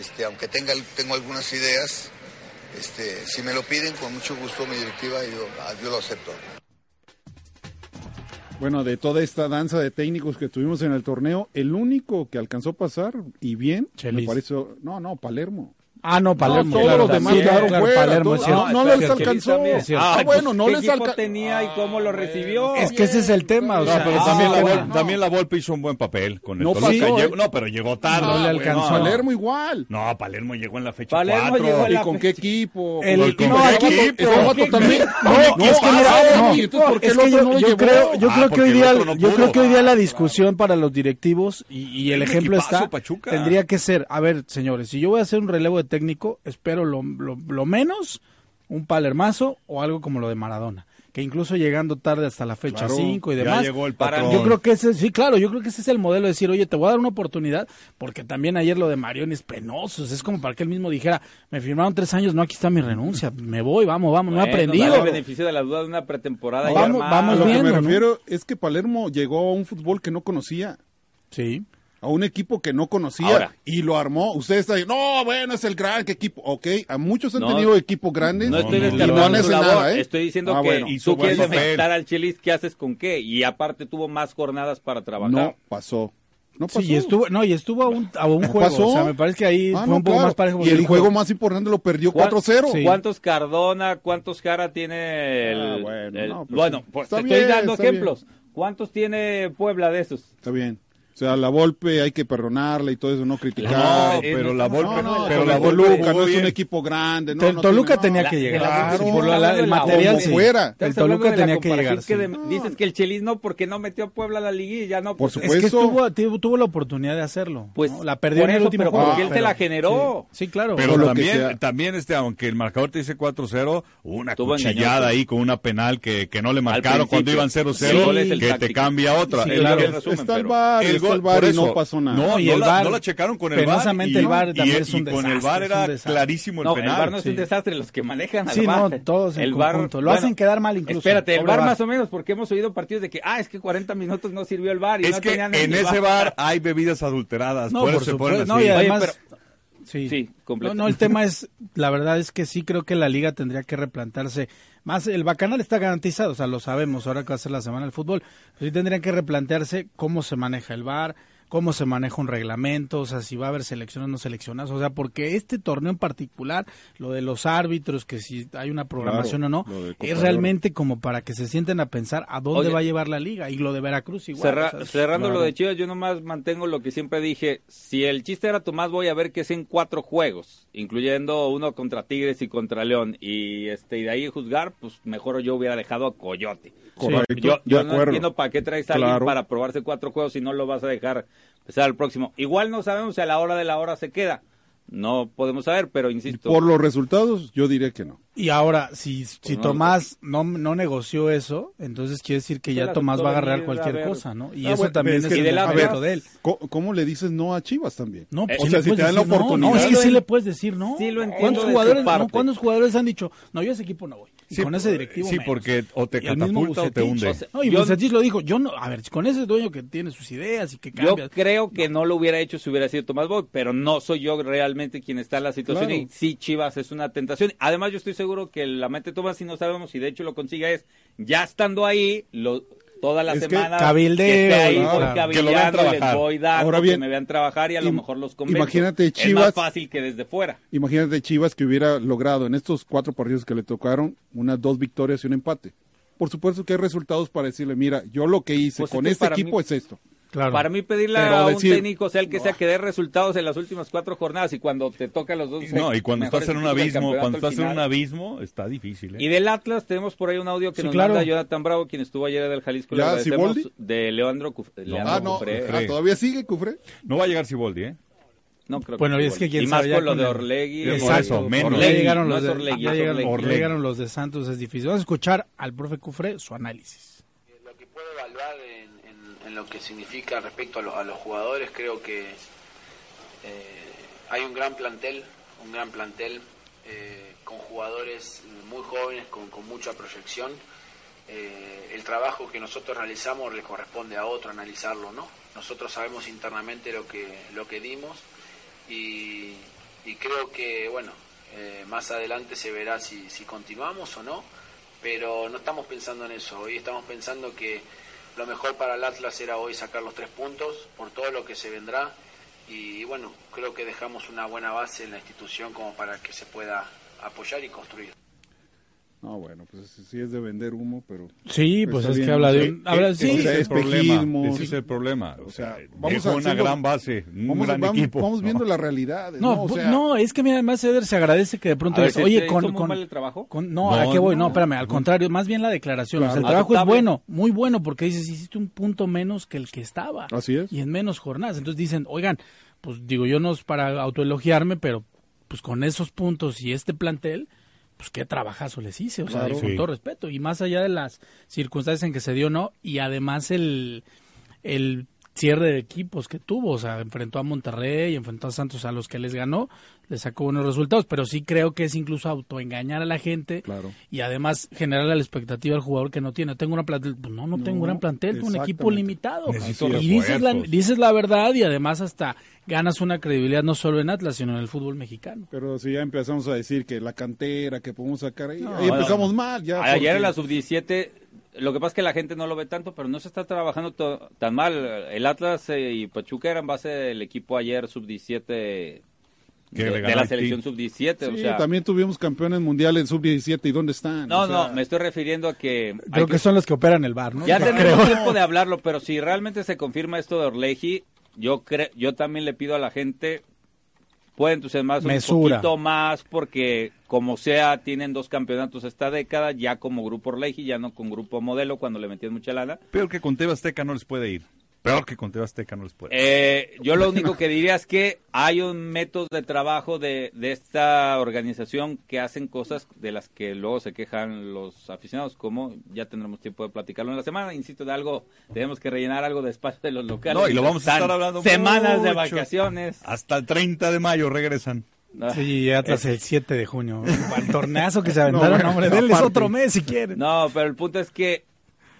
E: este, aunque tenga, tengo algunas ideas, este, si me lo piden con mucho gusto mi directiva, yo, yo lo acepto.
D: Bueno, de toda esta danza de técnicos que tuvimos en el torneo, el único que alcanzó a pasar y bien,
B: Chelis.
D: me parece, no, no, Palermo.
B: Ah, no, Palermo.
D: No, todos
B: claro,
D: los demás
B: también,
D: quedaron
B: claro,
D: fuera,
B: Palermo, es
D: todos-
B: cierto,
D: no, no
B: es
D: les
B: cierto.
D: alcanzó.
B: Es cierto.
D: Ah, bueno, no
A: ¿qué
D: les
A: equipo
D: alca- Ah,
A: tenía y cómo lo recibió?
B: Es que ese es el tema, o
C: No,
B: sea,
C: pero
B: ese
C: también,
B: es Ah,
C: la
B: el
C: Vol-
B: tema.
C: también la Volpe hizo un buen papel con el
D: No
C: Toluca.
D: pasó,
C: Llegó-
D: ¿eh?
C: no, pero llegó tarde.
B: No le
C: güey,
A: Ah.
B: alcanzó.
C: no.
D: Palermo igual.
C: No, Palermo llegó en la fecha
A: Palermo
C: 4.
A: llegó en
D: ¿Y
A: la
D: con qué equipo?
A: eh,
B: El-
D: ¿Con
C: no,
D: Estaba
C: equipo,
D: Vato- estaba
C: no,
D: Vato
C: equipo.
D: también.
B: No,
D: No,
B: es que
D: ah,
B: mira,
D: bueno,
B: no,
D: y entonces, ¿por qué
B: es
D: el
B: que
D: otro
B: yo,
D: no lo
B: yo
D: llevó?
B: creo, yo creo
C: Ah,
B: que hoy
C: porque el
B: día,
C: otro no
B: yo creo
C: pudo.
B: que hoy día la discusión para los directivos y, y el
C: Es un
B: ejemplo
C: equipazo,
B: está,
C: Pachuca.
B: tendría que ser, a ver, señores, si yo voy a hacer un relevo de técnico, espero lo, lo- lo menos un palermazo o algo como lo de Maradona, que incluso llegando tarde hasta la fecha
D: Claro,
B: 5 y
C: ya
B: demás,
C: llegó el
B: para-
C: patrón.
B: yo creo que ese, sí, claro, yo creo que ese es el modelo de decir, oye, te voy a dar una oportunidad, porque también ayer lo de Marión es penoso, es como para que él mismo dijera, me firmaron tres años, no, aquí está mi renuncia, me voy, vamos, vamos, no he
A: Bueno,
B: aprendido.
A: dale el beneficio de la duda de una pretemporada. y
B: Vamos-
A: armar-
D: A
B: vamos
D: lo que me
B: viendo, ¿no?
D: refiero es que Palermo llegó a un fútbol que no conocía.
B: Sí.
D: a un equipo que no conocía
A: Ahora.
D: y lo armó. Ustedes están diciendo, no, bueno, es el gran equipo. Ok, a muchos han
A: No,
D: tenido equipos grandes
A: No estoy
D: y
A: descartando
D: no han
A: su
D: hecho
A: labor,
D: nada, ¿eh?
A: estoy diciendo
D: Ah,
A: que
D: bueno,
A: y
C: hizo
A: tú
C: buen
A: quieres
C: papel.
A: enfrentar al Chelis, ¿qué haces con qué? Y aparte tuvo más jornadas para trabajar.
D: no pasó. No pasó.
B: Sí, y estuvo, no, y estuvo a un, a un
D: No
B: juego.
D: Pues pasó.
B: O sea, me parece que ahí
D: Ah,
B: fue
D: no,
B: un poco
D: claro.
B: más parejo.
D: Y
B: porque
D: el
B: dijo,
D: juego más importante lo perdió 4-0.
B: Sí.
A: ¿Cuántos Cardona, cuántos Jara tiene el...
D: Ah, bueno,
A: el-
D: no, pues
A: bueno,
D: sí.
A: pues
D: Está
A: te
D: bien,
A: estoy dando
D: está bien.
A: ejemplos. ¿Cuántos tiene Puebla de esos?
D: Está bien. O sea, la Volpe hay que perdonarla y todo eso, no criticar.
C: No,
A: eh,
C: pero
A: no
C: la
A: estamos
C: Volpe,
A: hablando de
C: pero
D: pero
C: la
D: la
C: Volpe
D: Toluca
C: jugó
D: no es
C: bien.
D: un equipo grande. No,
B: Te-
D: no
B: Toluca
D: tiene- Ah, no.
B: tenía que llegar.
D: Claro.
B: Sí, por lo- la- el
A: Estamos hablando de
B: material,
A: la
B: sí.
D: fuera.
A: Estás
B: El Toluca
A: hablando de la
B: tenía que llegar.
A: comparación
B: sí.
A: de- Dices que el Chelis no porque no metió a Puebla a la liguilla, no.
D: Por
A: pues,
D: supuesto.
B: Es que
D: Eso-
B: tuvo, tuvo, tuvo la oportunidad de hacerlo.
A: Pues,
B: ¿no? La perdió
A: por
B: en el
A: eso,
B: último
A: pero
B: juego.
D: porque él
A: te la generó.
B: Sí, sí, claro.
C: Pero
D: O lo que
C: también,
D: sea.
C: también este, aunque el marcador te dice 4-0, hubo una
A: Estuvo engañoso.
C: cuchillada ahí con una penal que, que no le marcaron cuando
A: principio.
C: iban
A: El gol es
C: 0-0,
A: el
C: que te
A: táctico.
C: cambia otra.
B: Sí,
C: El-
B: claro.
C: el-
A: Resumen,
D: Está el
A: pero-
D: bar,
C: el
D: está
C: gol,
D: el bar
C: por
D: y no
C: eso,
D: pasó nada.
C: No,
B: No, y
C: no
B: el
C: la,
B: VAR,
C: no la checaron con el VAR.
B: penosamente el VAR también es un
C: y con el
B: desastre,
C: VAR
B: es
C: era
B: un desastre.
C: clarísimo el
A: No,
C: penal.
A: el bar no es un
B: sí.
A: desastre, los que manejan al
B: Sí,
A: bar.
B: no, todos en
A: el bar,
B: conjunto. Lo hacen quedar mal incluso,
A: Espérate, el
B: pobre
A: bar,
B: VAR.
A: más o menos, porque hemos oído partidos de que, ah, es que 40 minutos no sirvió el bar y
C: es
A: no
C: que
A: tenían
C: en
A: el
C: ese bar hay bebidas adulteradas.
B: No,
C: por eso
B: por
C: se
B: supuesto.
C: ponen
B: No,
C: así.
B: y además.
A: Oye,
B: Sí,
A: Sí, completo.
B: No, no, el tema es, la verdad es que sí creo que la liga tendría que replantarse. Más, el bacanal está garantizado, o sea, lo sabemos ahora que va a ser la semana del fútbol. Sí tendrían que replantearse cómo se maneja el VAR, cómo se maneja un reglamento, o sea, si va a haber selecciones o no seleccionadas, o sea, porque este torneo en particular, lo de los árbitros, que si hay una programación
D: Claro,
B: o
D: lo del
B: no, es
D: cooperador.
B: realmente como para que se sienten a pensar a dónde
A: Oye.
B: va a llevar la liga, y lo de Veracruz igual.
A: Cerra-
B: o sea, es-
A: cerrando lo
B: claro.
A: de Chivas, yo nomás mantengo lo que siempre dije. Si el chiste era Tomás, voy a ver que es en cuatro juegos, incluyendo uno contra Tigres y contra León. Y este y de ahí juzgar, pues mejor yo hubiera dejado a Coyote.
D: Correcto,
A: yo yo
D: de
A: no
D: acuerdo.
A: entiendo para qué traes a alguien
D: Claro.
A: para probarse cuatro juegos si no lo vas a dejar empezar el próximo. Igual no sabemos si a la hora de la hora se queda. No podemos saber, pero insisto.
D: Por los resultados, yo diría que no.
B: Y ahora, si, si
A: no,
B: Tomás no, no negoció eso, entonces quiere decir que
A: la
B: ya Tomás va a
A: doctora
B: agarrar
A: Miel, a
B: cualquier
A: ver.
B: cosa, ¿no? Y
D: Ah,
B: eso
D: bueno,
B: también
D: es
B: es,
D: que
A: de
B: el
A: la
B: mérito
A: verdad-
B: de él.
D: Co- ¿Cómo, le dices no a Chivas también?
B: No, pues
A: Eh,
D: o
B: sí
D: sea,
B: le
D: si te
B: puedes
D: dan la
B: decir no,
D: oportunidad.
B: No, es que sí
A: Sí lo
B: le puedes decir no.
A: sí lo entiendo
B: ¿Cuántos
A: de su
B: jugadores,
A: parte.
B: no, ¿Cuántos jugadores han dicho, no, yo a ese equipo no voy? Y con ese directivo
C: Sí,
B: menos.
C: porque o te
B: Y el mismo
C: catapulta o te
B: Bucetich,
C: hunde.
A: o sea,
B: No, y
A: Yo-
B: Bucetich lo dijo, yo no, a ver, con ese dueño que tiene sus ideas y que
A: Yo
B: cambia.
A: creo que no lo hubiera hecho si hubiera sido Tomás Boy, pero no soy yo realmente quien está en la situación
D: Claro.
A: y sí Chivas es una tentación. Además yo estoy seguro que la mente de Tomás, si no sabemos si de hecho lo consiga, es ya estando ahí, lo, toda la
D: Es que
A: semana
B: cabildeo,
A: que esté ahí,
D: claro.
A: voy
C: Que lo vean
A: cabildeando, les
C: trabajar.
A: voy dando,
D: Ahora bien,
A: que me vean trabajar y a lo
D: im-
A: mejor los convenzo.
D: imagínate
A: Es más
D: Chivas-
A: fácil que desde fuera.
D: Imagínate Chivas que hubiera logrado en estos cuatro partidos que le tocaron unas dos victorias y un empate. Por supuesto que hay resultados para decirle, mira, yo lo que hice
A: Pues es
D: con
A: que
D: este
A: para mí-
D: equipo es esto.
B: Claro.
A: Para mí pedirle
D: Pero
A: a un
D: decir-
A: técnico, sea el que sea, que dé resultados en las últimas cuatro jornadas y cuando te toca los dos...
C: No, y cuando
A: mejores
C: estás en un
A: equipos del
C: abismo,
A: campeonato
C: cuando
A: al
C: estás en un
A: final.
C: abismo, está difícil. ¿eh?
A: Y del Atlas tenemos por ahí un audio que
B: Sí,
A: nos
B: claro.
A: manda Jonathan Bravo, quien estuvo ayer del Jalisco. le
D: ¿Ya,
A: agradecemos,
D: Siboldi?
A: De Leandro, Cuf- Leandro
D: Ah, no,
A: Cufré.
D: ah, todavía sigue Cufre.
C: No va a llegar Siboldi, ¿eh?
A: No creo
B: Bueno,
A: que
B: es que
A: Siboldi.
B: quién
A: Y más
B: sabe ya
A: con lo
B: con
A: de
B: el-
A: Orlegui.
C: Exacto,
A: Orlegui,
C: menos.
A: Orlegui,
B: Ya llegaron
A: no
B: los
A: es
B: de,
A: Orlegui,
B: ya
A: es
B: llegaron-
A: Orlegui.
B: ya llegaron los de Santos, es difícil. Vamos a escuchar al profe Cufré su análisis.
F: Eh, Lo que puedo evaluar en, en- en lo que significa respecto a, lo- a los jugadores, creo que eh, hay un gran plantel, un gran plantel eh, con jugadores muy jóvenes, con, con mucha proyección. Eh, el trabajo que nosotros realizamos le corresponde a otro analizarlo, ¿no? Nosotros sabemos internamente lo que, lo que dimos y, y creo que, bueno, eh, más adelante se verá si, si continuamos o no, pero no estamos pensando en eso. Hoy estamos pensando que lo mejor para el Atlas era hoy sacar los tres puntos por todo lo que se vendrá y bueno, creo que dejamos una buena base en la institución como para que se pueda apoyar y construir.
D: No, bueno, pues sí es de vender humo, pero...
B: Sí, pues
D: Está
B: es
D: bien,
B: que habla
D: ¿no?
B: de un... habla-
D: eh,
B: sí,
D: o
C: ese
D: sea,
C: es
D: es
C: el problema.
D: espejismo,
C: Ese es
D: sí.
C: el problema.
D: O sea,
C: vamos
D: vamos
C: una
D: haciendo-
C: gran base, un
D: Vamos,
C: gran
D: vamos-
C: equipo.
D: vamos
C: ¿no?
D: viendo las realidades.
B: No,
D: No, o
B: bu-
D: sea,
B: no, es que mira, además Eder se agradece que de
A: A
B: pronto
A: ver,
B: dice,
A: ¿se-
B: oye,
A: se
B: con,
A: hizo muy
B: con-
A: mal el trabajo?
B: con- no,
C: No,
B: ¿a qué voy?
C: no.
B: No, espérame, al contrario, más bien la declaración. O sea, el
D: Claro.
B: trabajo es
A: Aceptable.
B: bueno, muy bueno, porque dices, hiciste un punto menos que el que estaba.
D: Así es.
B: Y en menos jornadas. Entonces dicen, oigan, pues digo, yo no es para autoelogiarme, pero pues con esos puntos y este plantel, pues qué trabajazo les hice, o sea,
D: Claro.
B: con
C: Sí.
B: todo respeto. Y más allá de las circunstancias en que se dio, ¿no? Y además el el cierre de equipos que tuvo, o sea, enfrentó a Monterrey, enfrentó a Santos a los que les ganó, le sacó buenos resultados, pero sí creo que es incluso autoengañar a la gente
D: Claro.
B: y además generar la expectativa al jugador que no tiene. Tengo una plantel, pues no, no, tengo un gran plantel, tengo un equipo
D: exactamente.
B: limitado.
C: Necesito
B: y dices la,
C: refuerzos.
B: dices la verdad y además hasta ganas una credibilidad no solo en Atlas, sino en el fútbol mexicano.
D: Pero si ya empezamos a decir que la cantera, que podemos sacar ahí,
B: No,
D: ahí
A: bueno,
D: empezamos mal. Ya,
A: Ayer
D: porque-
A: en la sub-17, lo que pasa es que la gente no lo ve tanto, pero no se está trabajando to- tan mal. El Atlas eh, y Pachuca eran base del equipo ayer sub-17 de,
C: Que le
A: de
C: ganó
A: la
C: al
A: selección
C: Tigre.
A: sub-17. o
D: Sí,
A: sea,
D: también tuvimos campeones mundiales en sub-17 y ¿dónde están?
A: no,
D: O sea,
A: no, me estoy refiriendo a que... hay
B: Creo que, son los que operan el bar, ¿no?
A: Ya
B: Creo.
A: tenemos tiempo de hablarlo, pero si realmente se confirma esto de Orleji, yo creo, yo también le pido a la gente pueden entusiasmarse
B: Mesura.
A: un poquito más porque como sea tienen dos campeonatos esta década ya como grupo Orleji, ya no con grupo Modelo cuando le metían mucha lana.
C: Peor que con TV Azteca no les puede ir. Peor que con TV Azteca no les puede ir.
A: Eh, yo lo único que diría es que hay un método de trabajo de, de esta organización que hacen cosas de las que luego se quejan los aficionados, como ya tendremos tiempo de platicarlo en la semana, insisto, de algo, tenemos que rellenar algo de espacio de los locales.
C: No, y lo vamos a
A: Están
C: estar hablando
A: Semanas de
C: mucho. Ah,
A: vacaciones.
C: Hasta el 30 de mayo regresan.
A: No,
B: Sí, y Atlas el 7 de junio. El torneazo que se aventaron,
D: No,
B: hombre,
D: bueno,
B: denles
D: aparte.
B: otro mes si quieren.
A: no, pero el punto es que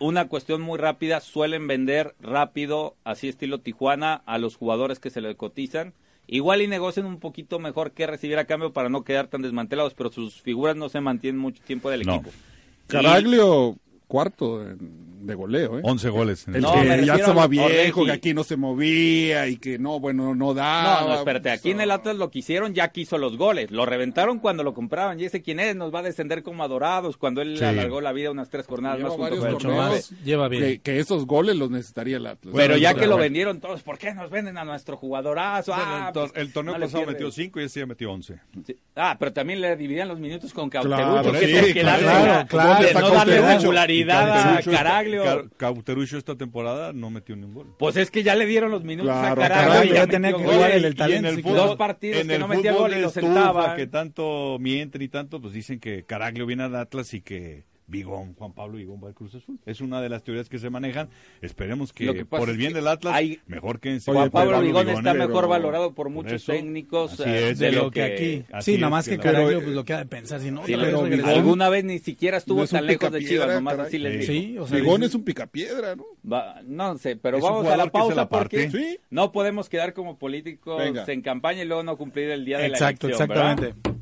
A: una cuestión muy rápida, suelen vender rápido, así estilo Tijuana, a los jugadores que se le cotizan. Igual y negocien un poquito mejor que recibir a cambio para no quedar tan desmantelados, pero sus figuras no se mantienen mucho tiempo del
C: No.
A: equipo. Y-
D: Caraglio, cuarto en de goleo, ¿eh?
C: 11 goles. En
D: El
C: el-
A: No,
D: que
A: me
D: ya
A: refiero
D: estaba
A: al
D: viejo,
A: Ornequi.
D: que aquí no se movía y que no, bueno, no
C: Ah,
D: daba.
A: No, no, espérate, aquí en el
C: pues,
A: Atlas lo que hicieron ya quiso los goles, lo reventaron cuando lo compraban, y ese quién es, nos va a descender como adorados cuando él
C: Sí.
A: alargó la vida unas tres jornadas
D: Lleva
A: más junto
D: varios
A: con el
B: Mucho
A: Cholo.
D: torneos
B: más, lleva bien.
D: Que, que esos goles los necesitaría el Atlas.
A: Pero ya
D: Bueno,
A: que lo
D: bueno.
A: vendieron todos, ¿por qué nos venden a nuestro jugadorazo?
C: Bueno,
A: Ah,
C: el, tor-
A: pues,
C: el torneo
A: no le
C: pasado
A: pierdes.
C: metió 5 y este ya metió 11.
A: Sí. Ah, pero también le dividían los minutos con Cauterucho,
D: Claro,
A: que es
C: sí,
A: el que da
C: claro,
A: la-
B: claro.
A: de
D: Está
A: no darle
D: Cauterucho.
A: regularidad a
C: Cauterucho-
A: Caraglio.
C: Ca- Cauterucho esta temporada no metió ni un gol.
A: Pues es que ya le dieron los minutos
D: Claro,
A: a Caraglio.
D: Caraglio
A: y ya
D: ya
B: tenía
A: metió
B: que
A: goles.
B: jugar el-
C: Y en el
B: Taliafico.
C: fútbol,
A: Dos partidos
C: en
A: que
C: el
A: no metía
C: fútbol
A: gol y
C: de
A: lo
C: estufa,
A: sentaban.
C: que tanto miente y tanto, pues dicen que Caraglio viene al Atlas y que Vigón, Juan Pablo Vigón va al Cruz Azul. Es una de las teorías que se manejan. Esperemos que,
A: Lo que pasa
C: por el
A: es
C: bien
A: que
C: del Atlas,
A: hay-
C: mejor que
A: Juan
D: Oye,
A: Pablo
D: Pablo
A: Vigón
D: Vigón,
A: está
D: pero-
A: mejor valorado por
C: por
A: muchos
C: eso,
A: técnicos
C: así
A: eh,
C: es,
A: de
C: de
A: lo
C: lo
A: que aquí.
C: así
B: Sí, nada
C: es,
B: más que
C: que la-
B: Caraglio pues, lo queda de pensar. Si no, otra vez
D: pero
B: regresó.
D: Vigón-
A: alguna vez ni siquiera estuvo
D: No es un
A: tan lejos de
D: picapiedra,
A: Chivas, nomás
D: caray.
A: así les digo.
B: Sí, o sea,
D: Ligón
B: dice-
D: es un picapiedra, ¿no?
A: Va- no sé, pero
C: Es un
A: vamos a la
C: jugador que se
A: pausa
C: la
A: porque
C: parte.
D: Sí.
A: no podemos quedar como políticos
D: Venga.
A: en campaña y luego no cumplir el día de
B: Exacto,
A: la elección.
B: exactamente.
A: ¿verdad?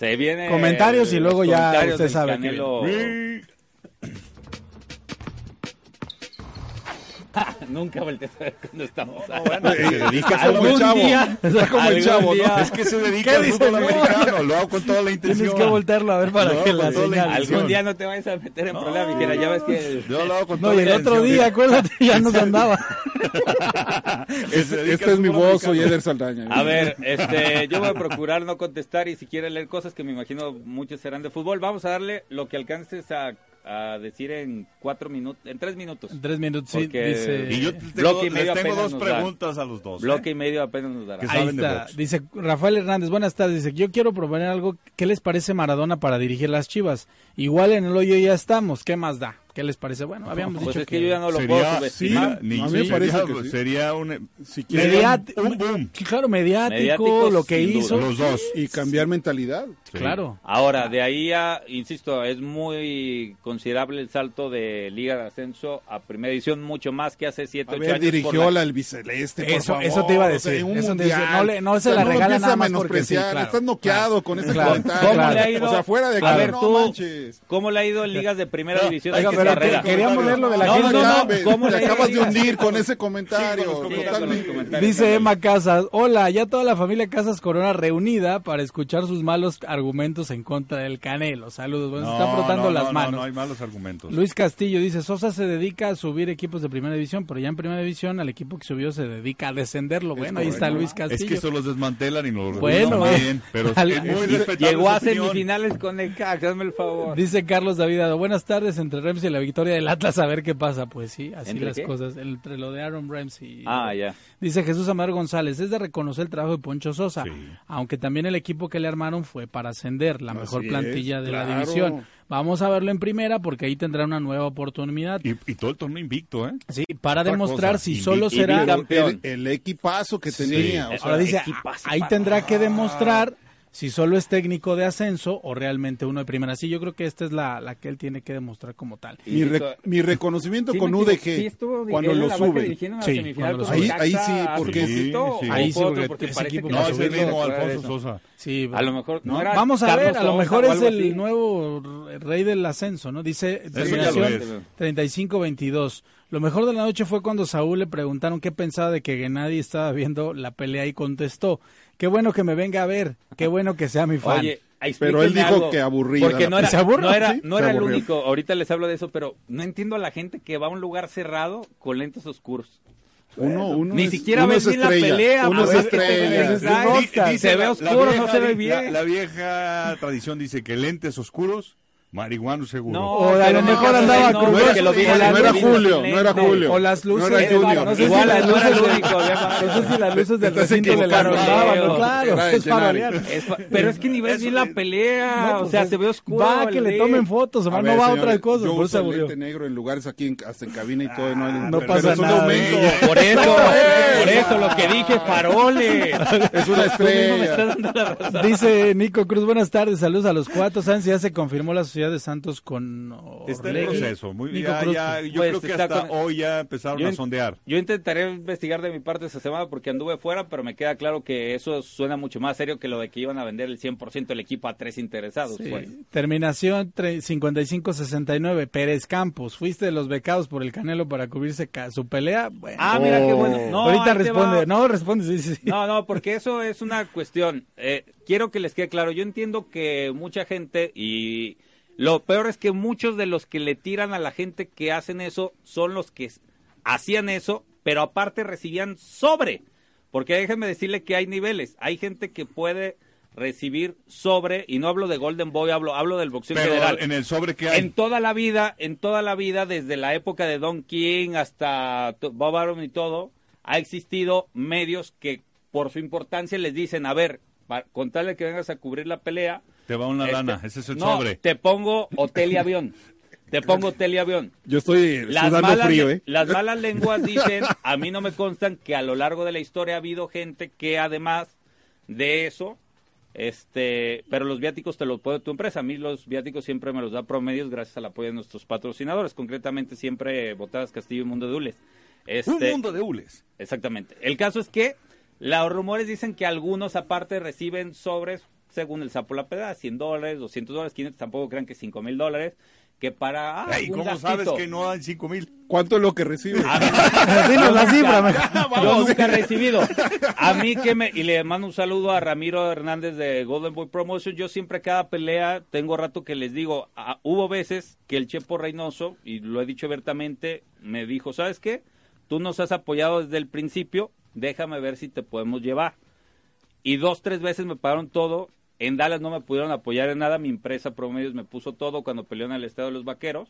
A: Se viene
B: Comentarios y luego
A: los
B: ya
A: comentarios
B: usted
A: del
B: sabe que
A: Canelo. Nunca volteas a ver cuando estamos.
C: Se dedica
D: como el
A: Algún
D: chavo.
A: día-
D: Está como el
A: algún
D: chavo, ¿no?
A: día-
C: Es que se dedica al
B: dice,
C: fútbol
B: no?
C: americano, lo hago con toda la
B: Tienes
C: intención.
B: que voltearlo a ver para
C: No,
B: que
C: con
B: la
C: toda la
B: señal.
A: Algún día no te vayas a meter en problemas, dijera, ya ves que...
C: Yo lo hago con
B: No,
C: toda
B: y
C: la
B: el otro
C: intención.
B: día, acuérdate, ya nos andaba.
C: Se dedica
D: Este
C: al
D: es mi
C: fútbol
D: voz, soy
C: americano.
D: Eder Saldaña. ¿eh?
A: A ver, este, yo voy a procurar no contestar y si quiere leer cosas que me imagino muchos serán de fútbol, vamos a darle lo que alcances a, a decir en cuatro minutos, en tres minutos.
B: En tres minutos, sí,
A: Porque-
B: dice...
C: Y yo te tengo,
A: Bloque y medio
C: les tengo
A: apenas
C: dos
A: nos dan.
C: preguntas a los dos. ¿eh?
A: Bloque y medio apenas nos dará.
C: Que
A: Ay,
B: Ahí
C: saben de
B: está.
C: box.
B: Dice Rafael Hernández, buenas tardes. Dice, yo quiero proponer algo. ¿Qué les parece Maradona para dirigir las chivas? Igual en el hoyo ya estamos. ¿Qué más da? ¿Qué les parece? Bueno, habíamos
A: Pues
B: dicho
A: es que yo ya no lo puedo
C: Sería, sí,
A: subestimar.
C: ni-
D: A mí me
C: sería,
D: parece que sí.
C: sería un,
D: Si quiere-
C: sería
B: Mediati-
C: un boom.
B: Sí, Claro, mediático,
A: Mediático,
B: lo que
A: sin duda.
B: hizo.
C: Los dos.
D: Y cambiar mentalidad.
C: Sí.
B: Claro.
A: Ahora, de ahí a, insisto, es muy considerable el salto de Liga de Ascenso a Primera Edición, mucho más que hace siete,
D: A
A: ocho
D: ver,
A: años.
D: dirigió
A: por
D: la albiceleste, por
B: Eso-
D: favor.
B: eso te iba a
D: o sea,
B: decir,
D: un
B: eso te iba a decir.
D: mundial.
B: No le- no se la
D: lo
B: regala
D: empieza
B: nada
D: a
B: más porque sí,
D: menospreciar,
B: claro.
D: Estás noqueado
B: Claro.
D: con ese
B: Claro.
D: comentario.
A: ¿Cómo le ha
D: O sea,
A: ido?
D: fuera de
A: A
D: aquí,
A: ver,
D: no
A: tú,
D: manches.
A: ¿Cómo le ha ido en ligas de Primera División? en
B: oiga, pero
A: su carrera?
B: que- queríamos leer lo de la
D: No,
B: gente.
D: No, no,
A: No, no, ¿cómo
D: ¿Cómo
A: le
D: te acabas de
A: digas?
D: hundir con ese comentario.
C: Sí, con los
D: totalmente.
A: comentarios.
B: Dice Emma Casas, hola, ya toda la familia Casas Corona reunida para escuchar sus malos argumentos en contra del Canelo. Saludos, bueno, se está frotando
C: no,
B: las
C: no,
B: manos.
C: No, no hay malos argumentos.
B: Luis Castillo dice, Sosa se dedica a subir equipos de primera división, pero ya en primera división al equipo que subió se dedica a descenderlo. Bueno, ahí está
D: correcto.
B: Luis Castillo.
C: Es que se los desmantelan y los
B: Bueno,
C: revisan bien, pero
B: al-
C: es muy
B: al-
C: respetable
A: Llegó
C: su
A: a
C: opinión.
A: semifinales con el CAC, hazme el favor.
B: Dice Carlos David, Ado, buenas tardes entre Ramsey y la victoria del Atlas, a ver qué pasa. Pues sí, así
A: ¿Entre
B: las
A: qué?
B: cosas, entre lo de Aaron Ramsey. y-
A: Ah, ya.
B: Dice Jesús Amar González, es de reconocer el trabajo de Poncho Sosa,
C: Sí.
B: aunque también el equipo que le armaron fue para ascender, la mejor
D: es,
B: plantilla de la
D: claro.
B: división. Vamos a verlo en primera porque ahí tendrá una nueva oportunidad.
C: Y, y todo el torneo invicto, ¿eh?
B: Sí, para
C: otra
B: demostrar
C: cosa,
B: si
C: y-
B: solo
C: y
B: será...
A: diga-
D: El,
A: Campeón.
D: el equipazo que tenía. o sea,
B: Ahora dice,
A: equipazo
B: "Ah, ahí
A: para-
B: tendrá que demostrar si solo es técnico de ascenso o realmente uno de primera. Sí, yo creo que esta es la, la que él tiene que demostrar como tal.
D: mi, re- mi reconocimiento con UDG cuando lo sube.
B: Sí, cuando
A: cuando
B: lo
A: lo
D: suben. Ahí- ahí sí, porque-
C: Sí, sí.
A: Ahí
B: Ahí
A: sí,
B: sí,
A: porque,
B: porque
A: porque
B: ese
A: parece
B: equipo
A: que
B: No,
C: No,
B: ese
C: es el mismo Alfonso Sosa.
B: Sí,
A: A lo mejor no era
B: Vamos a
A: Carlos
B: ver, a lo
A: Sosa
B: mejor
A: o
B: es
A: algo
B: el
A: así.
B: nuevo r- rey del ascenso, ¿no? Dice
C: ya lo
B: terminación
C: es.
B: 35-22. Lo mejor de la noche fue cuando Saúl le preguntaron qué pensaba de que Gennady estaba viendo la pelea y contestó, qué bueno que me venga a ver, qué bueno que sea mi fan.
A: Oye,
D: Pero
A: explíquenme
D: él dijo
A: algo,
D: que aburrida
A: Porque
D: la
A: no era,
B: ¿Se aburre?
A: no era,
B: Sí,
A: no
D: se
A: era el
D: aburrió.
A: único. Ahorita les hablo de eso, pero no entiendo a la gente que va a un lugar cerrado con lentes oscuros.
D: Uno, uno
A: Ni
D: es-
A: siquiera
D: uno
A: ves
D: es
A: bien la
D: estrella,
A: pelea,
D: Uno es
A: pues, es que
D: estrella.
A: tengas- Rockstar.
C: Di- dice
A: Se ve
C: la- la
A: oscuro,
C: vieja-
A: no se ve
C: la-
A: bien.
C: La vieja tradición dice que lentes oscuros, marihuanos seguro.
A: No,
B: O a lo
A: pero
B: mejor
A: no,
B: andaba
A: no,
B: con-
A: no,
B: no,
A: que lo
B: no
A: vi-
B: era
A: lo vi-
D: Julio, no era
A: lente.
D: Julio.
B: o las
D: No
B: luces.
D: era Junior.
B: no sé
A: Igual
B: si
A: las
B: las luces
A: luces
B: del-
A: único, ya
B: no sé si las luces del
D: Te estás
B: recinto le
D: equivocando.
B: lampaban, ¿no?
A: Creo.
B: claro,
D: Era
B: es para
D: Gennady.
B: variar.
A: Es fa- pero es que ni ves bien la pelea,
B: No,
A: ah, o
B: pues
A: sea,
B: es-
A: se ve oscuro.
B: Va, que
A: el
B: le
A: LED.
B: tomen fotos, va, no
D: A ver,
B: va a
D: señores,
B: otra cosa,
D: yo
B: por eso
D: uso
B: se aburrió.
D: lente negro en lugares aquí, en- hasta en cabina y todo, y no, hay-
B: no
D: pero
B: pasa
D: es un
B: nada. eh.
D: aumento.
B: Ella-
A: Por eso, por
D: Exactamente.
A: eso, eso lo que dije, faroles.
D: Es una
A: Tú mismo me
D: estrella.
A: estás dando la razón.
B: Dice Nico Cruz, buenas tardes, saludos a los cuatro. ¿Saben si ya se confirmó la sociedad de Santos con Orlegui?
C: Está en proceso. Muy,
B: Nico
C: ya,
B: Cruz,
C: ya, yo
A: Pues,
C: creo que
A: está
C: hasta
A: con-
C: hoy ya empezaron
A: Yo
C: a
A: en-
C: sondear.
A: Yo intentaré investigar de mi parte esta semana porque anduve fuera, pero me queda claro que eso suena mucho más serio que lo de que iban a vender el 100% del equipo a tres interesados.
B: Sí.
A: pues.
B: Terminación tre- 55-69, Pérez Campos. Fuiste de los becados por el Canelo para cubrirse ca- su pelea. Bueno,
A: Ah, mira qué bueno. No,
B: ahorita
A: ahí te
B: responde.
A: va.
B: No, responde, sí, sí. sí.
A: No, no, porque eso es una cuestión. Eh, quiero que les quede claro. Yo entiendo que mucha gente y lo peor es que muchos de los que le tiran a la gente que hacen eso son los que s- hacían eso, pero aparte recibían sobre. Porque déjenme decirle que hay niveles. Hay gente que puede recibir sobre y no hablo de Golden Boy, hablo hablo del boxeo en
C: Pero
A: general.
C: en el sobre que hay.
A: En toda la vida, en toda la vida, desde la época de Don King hasta to- Bob Arum y todo, ha existido medios que por su importancia les dicen, a ver, pa- con tal de que vengas a cubrir la pelea.
C: Te va una
A: este,
C: lana. Ese es el
A: no, este,
C: sobre.
A: te pongo hotel y avión. Te pongo hotel y avión.
D: Yo estoy
A: Las
D: sudando
A: malas,
D: frío, ¿eh?
A: las malas lenguas dicen, a mí no me constan que a lo largo de la historia ha habido gente que además de eso, este, pero los viáticos te los puede tu empresa. A mí los viáticos siempre me los da promedios gracias al apoyo de nuestros patrocinadores, concretamente siempre Botadas Castillo y Mundo de Dules. Este,
C: Un mundo de hules.
A: Exactamente. El caso es que los rumores dicen que algunos aparte reciben sobres, según el sapo la peda, 100 dólares, 200 dólares, 500, tampoco crean que 5 mil dólares, que para... ah,
C: Ey,
A: un
C: ¿Cómo sabes
A: gastito.
C: que no dan cinco mil?
D: ¿Cuánto es lo que recibe?
A: A mí-
B: Dinos la
A: yo
B: cifra,
A: nunca-
B: mejor.
A: Yo nunca he recibido. A mí que me... Y le mando un saludo a Ramiro Hernández de Golden Boy Promotion. Yo siempre cada pelea tengo rato que les digo, ah, hubo veces que el Chepo Reynoso, y lo he dicho abiertamente, me dijo, ¿sabes qué? Tú nos has apoyado desde el principio, déjame ver si te podemos llevar. Y dos, tres veces me pagaron todo. En Dallas no me pudieron apoyar en nada. Mi empresa Promedios me puso todo cuando peleó en el estado de los vaqueros.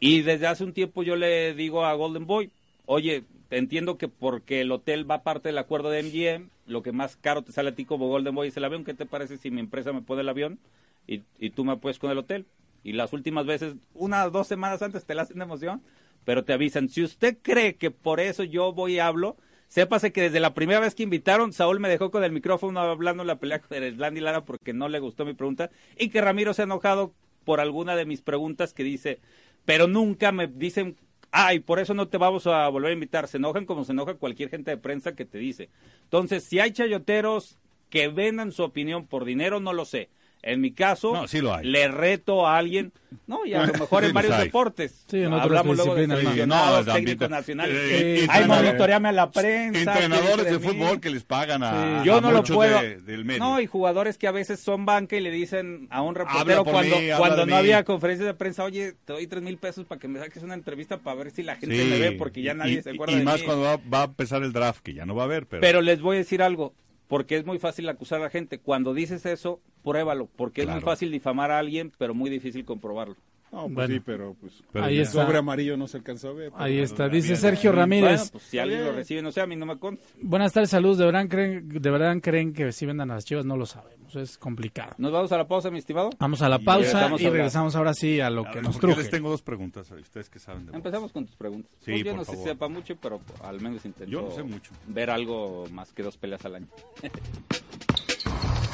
A: Y desde hace un tiempo yo le digo a Golden Boy, oye, entiendo que porque el hotel va parte del acuerdo de MGM, lo que más caro te sale a ti como Golden Boy es el avión. ¿Qué te parece si mi empresa me pone el avión y, y tú me apoyas con el hotel? Y las últimas veces, unas dos semanas antes te la hacen de emoción, pero te avisan. Si usted cree que por eso yo voy y hablo, sépase que desde la primera vez que invitaron, Saúl me dejó con el micrófono hablando en la pelea con Ereslandy Lara porque no le gustó mi pregunta y que Ramiro se ha enojado por alguna de mis preguntas que dice, pero nunca me dicen, ay, por eso no te vamos a volver a invitar. Se enojan como se enoja cualquier gente de prensa que te dice. Entonces, si hay chayoteros que vendan su opinión por dinero, no lo sé. En mi caso,
C: No, sí lo hay.
A: le reto a alguien, no, y a lo mejor
C: Sí
A: en
C: los
A: varios
C: hay.
A: deportes.
B: Sí, en otras
A: Hablamos luego de
B: disciplinas, ¿no?
A: seleccionados,
C: Sí, no,
A: técnicos
C: también-
A: nacionales.
C: Eh,
B: eh,
A: Ay,
B: entrenadores.
A: monitoreame a la prensa.
C: Entrenadores
A: quién
C: de
A: cree mí.
C: fútbol que les pagan a,
B: Sí.
A: Yo
C: a
A: no lo
C: muchos
A: puedo.
C: de- del medio.
A: No, y jugadores que a veces son banca y le dicen a un
C: Habla
A: reportero
C: por
A: cuando,
C: mí, habla
A: cuando
C: de
A: no
C: mí.
A: había conferencias de prensa, oye, te doy tres mil pesos para que me saques una entrevista para ver si la gente
C: Sí.
A: me ve, porque ya nadie
C: Y-
A: se acuerda
C: Y
A: de
C: más
A: mí.
C: cuando va, va a empezar el draft, que ya no va a haber, pero...
A: Pero les voy a decir algo, porque es muy fácil acusar a la gente. Cuando dices eso, pruébalo, porque es muy
C: Claro.
A: fácil difamar a alguien, pero muy difícil comprobarlo.
D: No, pues
B: Bueno.
D: sí, pero pues
C: Pero
B: ahí
C: ya.
D: el
B: está.
D: sobre amarillo no se alcanza a ver. pero-
B: Ahí está. Dice
C: Bien.
B: Sergio
A: Bueno,
B: Ramírez.
A: pues si alguien lo recibe, no sé, a mí no me consta.
B: Buenas tardes, saludos. ¿De verdad creen, de verdad creen que si vendan a las chivas? No lo sabemos. Es complicado.
A: Nos vamos a la pausa, mi estimado.
B: Vamos a la
C: Y
B: pausa
A: regresamos a
B: y
A: hablar.
B: regresamos ahora sí a lo
C: A
B: que
C: ver,
B: nos
C: porque yo
B: truje.
C: les tengo dos preguntas, a ustedes que saben de box.
A: Empezamos con tus preguntas.
C: pues. Sí,
A: Pues yo
C: por
A: no sé
C: favor.
A: si sepa mucho, pero al menos intento
C: Yo no sé mucho.
A: ver algo más que dos peleas al año.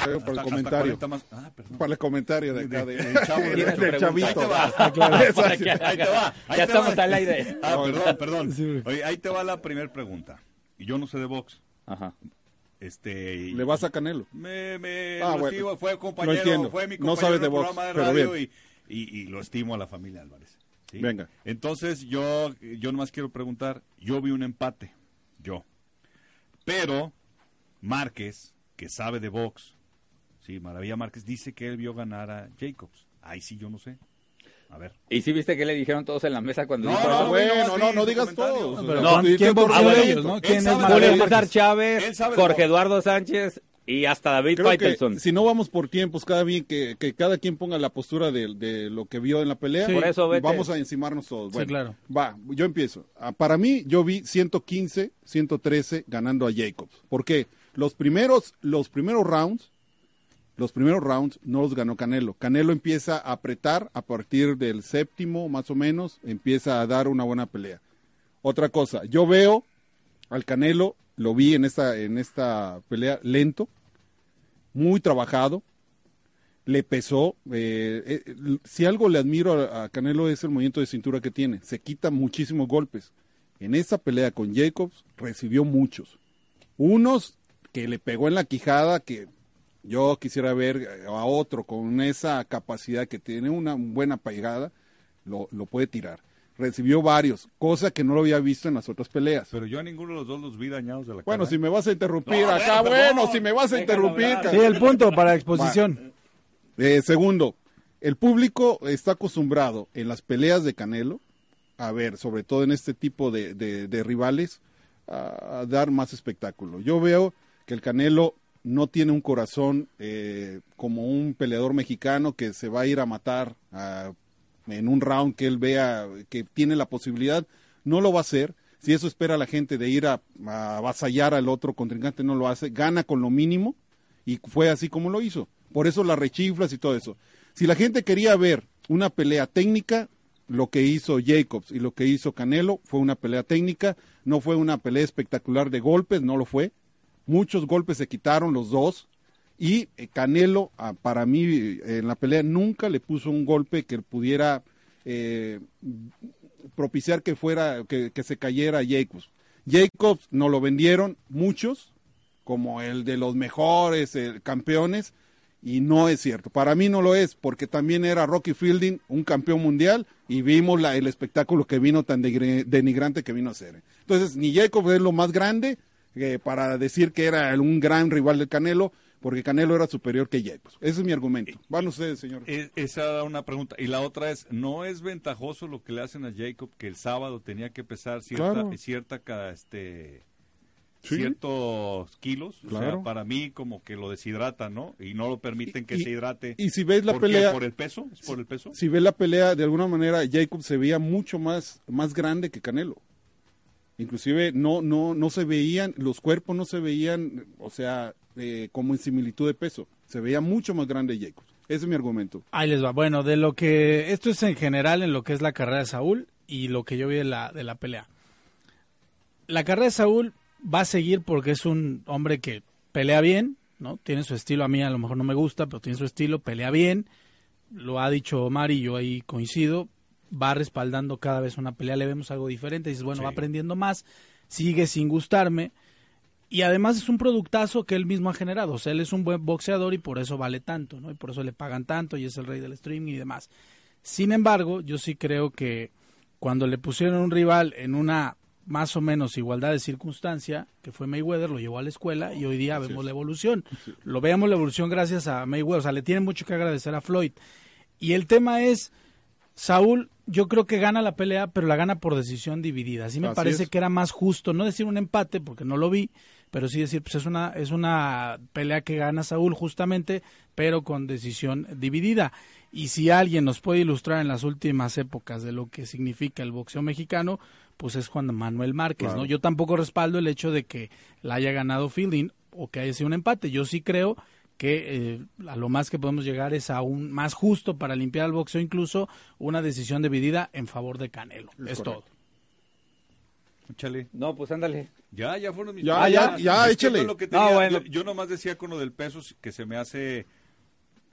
D: Pero
C: Hasta-
D: por el
C: hasta
D: comentario.
C: 40 más- ah, perdón.
D: Para el comentario de acá, de,
A: Tiene su
D: del
A: pregunta.
D: chavito.
A: Para que-
C: Ahí te va, ahí
A: ya
C: te
A: estamos
C: va.
A: al aire.
C: Ah, perdón,
B: Sí.
C: perdón. Oye, ahí te va la primera pregunta. Y yo no sé de box.
A: Ajá.
C: Este, y-
D: Le vas a Canelo.
C: Me, me
D: Ah,
C: lo
D: bueno.
C: estimo, fue
D: No
C: compañero,
D: entiendo.
C: fue mi
D: No
C: compañero
D: sabes de
C: en el
D: box,
C: programa de
D: pero
C: radio y, y- y lo estimo a la familia Álvarez. ¿sí?
D: Venga.
C: Entonces yo, yo nomás quiero preguntar, yo vi un empate, yo. Pero Márquez, que sabe de box, sí, Maravilla Márquez, dice que él vio ganar a Jacobs. Ahí sí yo no sé. A ver.
A: ¿Y si viste que le dijeron todos en la mesa cuando dijo
D: no,
A: eso? Ah,
D: güey,
C: nomás
D: no,
C: vi
D: no,
C: sus
D: no digas
C: comentarios.
D: todos.
B: Pero
D: No,
B: ¿cuán-
D: sí,
B: ¿quién
D: tú-
B: boxeó
D: tú-
B: de ellos, no?
C: él
B: ¿Quién es
C: sabe de
B: Maravilla
A: Julio
C: Él
B: Márquez?
A: César
C: Él
A: Chávez,
C: sabe de
A: Jorge
C: box.
A: Eduardo Sánchez y hasta David
D: Creo que
A: Faitelson.
D: si no vamos por tiempos, cada bien que, que cada quien ponga la postura de, de lo que vio en la pelea,
A: Sí. Por eso, vete.
D: vamos a encimarnos todos.
B: Sí,
D: Bueno,
B: claro.
D: Va, yo empiezo. Ah, Para mí, yo vi 115, 113 ganando a Jacobs. ¿Por qué? Los primeros, los primeros rounds, los primeros rounds no los ganó Canelo. Canelo empieza a apretar a partir del séptimo, más o menos, empieza a dar una buena pelea. Otra cosa, yo veo al Canelo Lo vi en esta, en esta pelea lento, muy trabajado, le pesó. eh, eh, si algo le admiro a, a Canelo es el movimiento de cintura que tiene. Se quita muchísimos golpes. En esa pelea con Jacobs recibió muchos. Unos que le pegó en la quijada que yo quisiera ver a otro con esa capacidad que tiene una buena pegada, lo, lo puede tirar. Recibió varios, cosa que no lo había visto en las otras peleas.
C: Pero yo a ninguno de los dos los vi dañados de la
D: Bueno,
C: cara.
D: si me vas a interrumpir
C: No, a ver,
D: acá,
C: perdón.
D: bueno, si me vas a
C: Déjalo
D: interrumpir.
C: hablar.
D: ca-
G: Sí, el punto para la exposición.
D: eh, segundo, el público está acostumbrado en las peleas de Canelo, a ver, sobre todo en este tipo de, de- de rivales, a, a dar más espectáculo. Yo veo que el Canelo no tiene un corazón eh, como un peleador mexicano que se va a ir a matar a- en un round que él vea que tiene la posibilidad, no lo va a hacer. Si eso espera la gente de ir a, a avasallar al otro contrincante, no lo hace. Gana con lo mínimo y fue así como lo hizo. Por eso las rechiflas y todo eso. Si la gente quería ver una pelea técnica, lo que hizo Jacobs y lo que hizo Canelo fue una pelea técnica, no fue una pelea espectacular de golpes, no lo fue. Muchos golpes se quitaron los dos y eh, Canelo, ah, para mí, eh, en la pelea nunca le puso un golpe que pudiera eh, propiciar que fuera, que, que se cayera Jacobs. Jacobs no lo vendieron muchos, como el de los mejores eh, campeones y no es cierto. Para mí no lo es porque también era Rocky Fielding un campeón mundial y vimos la- el espectáculo que vino tan degre- denigrante que vino a ser. Entonces ni Jacob es lo más grande eh, para decir que era el- un gran rival del Canelo porque Canelo era superior que Jacob. Ese es mi argumento. Van ustedes, señor.
C: Es- E, esa era una pregunta. Y la otra es, ¿no es ventajoso lo que le hacen a Jacob que el sábado tenía que pesar cierta,
D: Claro.
C: cierta ca- este,
D: Sí.
C: ciertos kilos? O
D: Claro.
C: sea, para mí como que lo deshidratan, ¿no? Y no lo permiten que
D: Y-
C: se hidrate.
D: y si ves la
C: ¿Por qué?
D: pelea-
C: ¿Por el peso? ¿Es por el peso?
D: Si ves la pelea, de alguna manera Jacob se veía mucho más, más grande que Canelo. Inclusive no, no, no se veían, los cuerpos no se veían, o sea, eh, como en similitud de peso. Se veía mucho más grande Jacob. Ese es mi argumento.
B: Ahí les va. Bueno, de lo que esto es en general en lo que es la carrera de Saúl y lo que yo vi de la, de la pelea. La carrera de Saúl va a seguir porque es un hombre que pelea bien, ¿no? Tiene su estilo, a mí a lo mejor no me gusta, pero tiene su estilo, pelea bien. Lo ha dicho Omar y yo ahí coincido. Va respaldando cada vez una pelea, le vemos algo diferente, dices, bueno, va aprendiendo más, sigue sin gustarme. Y además es un productazo que él mismo ha generado. O sea, él es un buen boxeador y por eso vale tanto, ¿no? Y por eso le pagan tanto y es el rey del streaming y demás. Sin embargo, yo sí creo que cuando le pusieron un rival en una más o menos igualdad de circunstancia, que fue Mayweather, lo llevó a la escuela y hoy día vemos la evolución. Lo veamos la evolución gracias a Mayweather. O sea, le tiene mucho que agradecer a Floyd. Y el tema es, Saúl, yo creo que gana la pelea, pero la gana por decisión dividida. Así me
D: Así
B: parece
D: es.
B: que era más justo, no decir un empate, porque no lo vi, pero sí decir, pues es una, es una pelea que gana Saúl justamente, pero con decisión dividida. Y si alguien nos puede ilustrar en las últimas épocas de lo que significa el boxeo mexicano, pues es Juan Manuel Márquez, ¿no? Yo tampoco respaldo el hecho de que la haya ganado Fielding o que haya sido un empate. Yo sí creo que eh, a lo más que podemos llegar es a un más justo para limpiar el boxeo, incluso una decisión dividida en favor de Canelo. Es, todo.
C: Échale.
A: No, pues ándale.
C: Ya, ya fueron mis
D: Ya,
C: preguntas.
D: ya, ya,
C: Es que
D: échale.
C: eso es lo que
A: No,
C: tenía.
A: Ah, bueno.
C: yo, yo nomás decía con lo del peso que se me hace,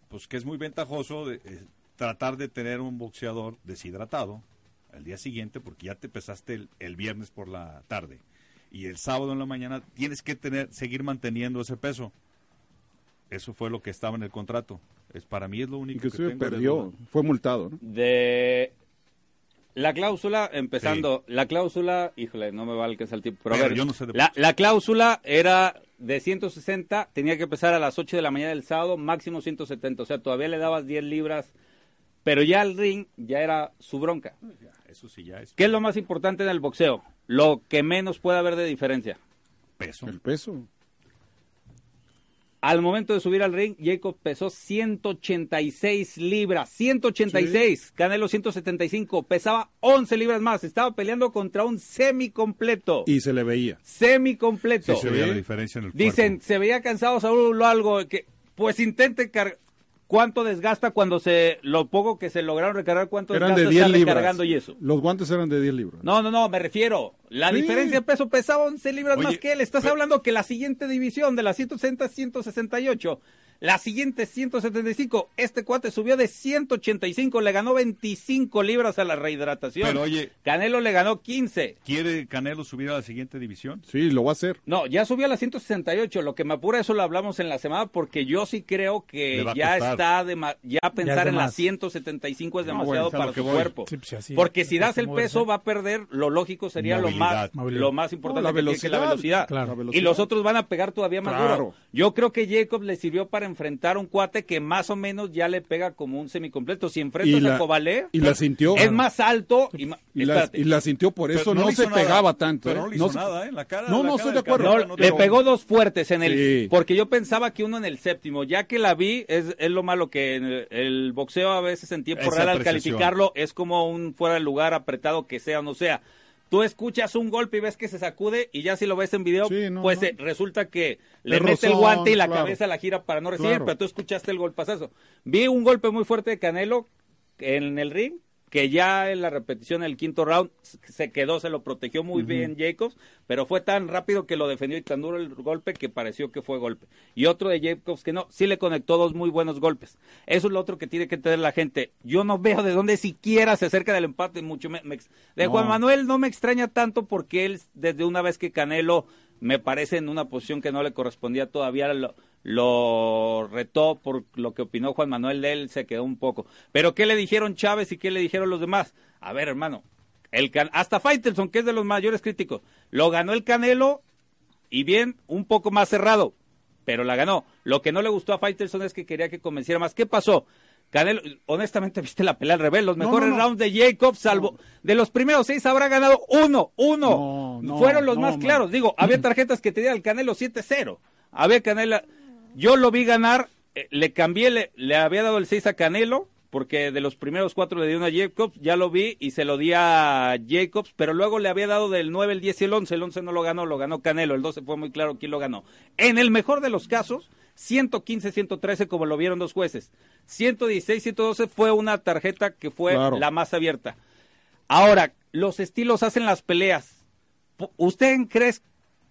C: pues que es muy ventajoso de, eh, tratar de tener un boxeador deshidratado al día siguiente porque ya te pesaste el, el viernes por la tarde y el sábado en la mañana tienes que tener seguir manteniendo ese peso. Eso fue lo que estaba en el contrato. Es para mí es lo único que
D: Inclusive
C: tengo de
D: perdió,
C: duda.
D: fue multado. ¿no?
A: De la cláusula, empezando, la cláusula, híjole, no me va a alcanzar el tiempo, pero, a
C: Pero
A: ver,
C: yo no sé de
A: la,
C: boxeo.
A: la cláusula era de 160, tenía que empezar a las 8 de la mañana del sábado, máximo 170, o sea, todavía le dabas 10 libras, pero ya el ring ya era su bronca.
C: Eso sí ya es
A: ¿Qué es lo más importante en el boxeo? Lo que menos puede haber de diferencia.
C: peso.
D: El peso.
A: Al momento de subir al ring, Jacob pesó 186 libras. 186. Canelo 175. Pesaba 11 libras más. Estaba peleando contra un semicompleto.
D: Y se le veía.
A: Semicompleto.
C: Sí, se veía la diferencia en el
A: Dicen,
C: cuerpo.
A: se veía cansado Saúl o algo. Que, pues intente cargar. ¿Cuánto desgasta cuando se lo poco que se lograron recargar? ¿Cuánto
D: Eran de
A: desgasta
D: 10
A: estar
D: libras.
A: recargando y eso?
D: Los guantes eran de 10 libras.
A: No, no, no, me refiero. La
D: Sí.
A: diferencia de peso pesaba 11 libras
C: Oye,
A: más que él. Estás
C: pe-
A: hablando que la siguiente división de las 160 168, la siguiente 175, este cuate subió de 185, le ganó 25 libras a la rehidratación.
C: Pero oye-
A: Canelo le ganó 15.
C: ¿Quiere Canelo subir a la siguiente división?
D: Sí, lo va a hacer.
A: No, ya subió a la 168. Lo que me apura, eso lo hablamos en la semana, porque yo sí creo
C: Le
A: que
C: va a
A: ya
C: costar.
A: está, dema- ya pensar
G: de
A: en la
G: más.
A: 175 es
C: No, bueno,
A: demasiado
C: es a
A: para
C: lo
A: su
C: que voy.
A: cuerpo.
B: Sí, pues, así
A: porque
B: es,
A: si das
B: cuesta
A: el
B: moverse.
A: peso, va a perder. Lo lógico sería
C: Movilidad.
A: lo más,
B: Movilidad.
A: lo más
D: No,
A: importante
D: la
A: que tiene que es la velocidad.
B: Claro.
D: La
A: Y los otros van a pegar todavía más
D: Claro.
A: duro. Yo creo que Jacob le sirvió para enfrentar a un cuate que más o menos ya le pega como un semicompleto. Si enfrentas
D: Y la-
A: a Cobalé,
D: y la sintió.
A: es más alto y, ma-
D: Y la,
A: espérate.
D: y la sintió por eso,
C: Pero
D: no,
C: le
D: se
C: hizo nada,
D: pegaba tanto.
C: Pero
D: ¿eh?
C: no le hizo
D: se-
C: nada, ¿eh? En la cara. la
D: No, no,
C: cara
D: estoy
C: del
D: de acuerdo.
C: Canelo
A: No,
C: no
A: le
C: te-
A: pegó dos fuertes en el.
D: Sí.
A: Porque yo pensaba que uno en el séptimo. Ya que la vi, es, es lo malo que en el, el boxeo a veces en tiempo
C: Esa
A: real al
C: apreciación.
A: calificarlo es como un fuera de lugar apretado que sea o no sea. Tú escuchas un golpe y ves que se sacude y ya si lo ves en video,
D: Sí, no,
A: pues
D: no.
A: eh, resulta que le
D: Te
A: mete el
D: rozó,
A: guante y la
D: claro.
A: cabeza la gira para no recibir,
D: Claro.
A: pero tú escuchaste el golpazazo. Vi un golpe muy fuerte de Canelo en el ring, que ya en la repetición del quinto round s- se quedó, se lo protegió muy bien Jacobs, pero fue tan rápido que lo defendió y tan duro el golpe que pareció que fue golpe. Y otro de Jacobs que no, sí le conectó dos muy buenos golpes. Eso es lo otro que tiene que tener la gente. Yo no veo de dónde siquiera se acerca del empate, mucho me- me ex- de Juan Manuel no me extraña tanto porque él, desde una vez que Canelo me parece en una posición que no le correspondía todavía lo, lo retó por lo que opinó Juan Manuel de él se quedó un poco pero qué le dijeron Chávez y qué le dijeron los demás a ver hermano el Can- hasta Faitelson que es de los mayores críticos lo ganó el Canelo y bien un poco más cerrado pero la ganó lo que no le gustó a Faitelson es que quería que convenciera más qué pasó Canelo, honestamente viste la pelea al revés, los mejores
D: no, no.
A: rounds de Jacob, salvo de los primeros seis habrá ganado uno, uno,
D: No, no,
A: fueron los
D: no,
A: más
D: man.
A: claros. Digo, había tarjetas que tenía el Canelo 7-0. Había Canela. Yo lo vi ganar, eh, le cambié, le, le había dado el 6 a Canelo, porque de los primeros cuatro le di uno a Jacobs, ya lo vi y se lo di a Jacobs, pero luego le había dado del 9, el 10 y el 11. El 11 no lo ganó, lo ganó Canelo. El 12 fue muy claro quién lo ganó. En el mejor de los casos, 115, 113, como lo vieron dos jueces. 116, 112 fue una tarjeta que fue
D: Claro.
A: la más abierta. Ahora, los estilos hacen las peleas. P- ¿Ustedes creen,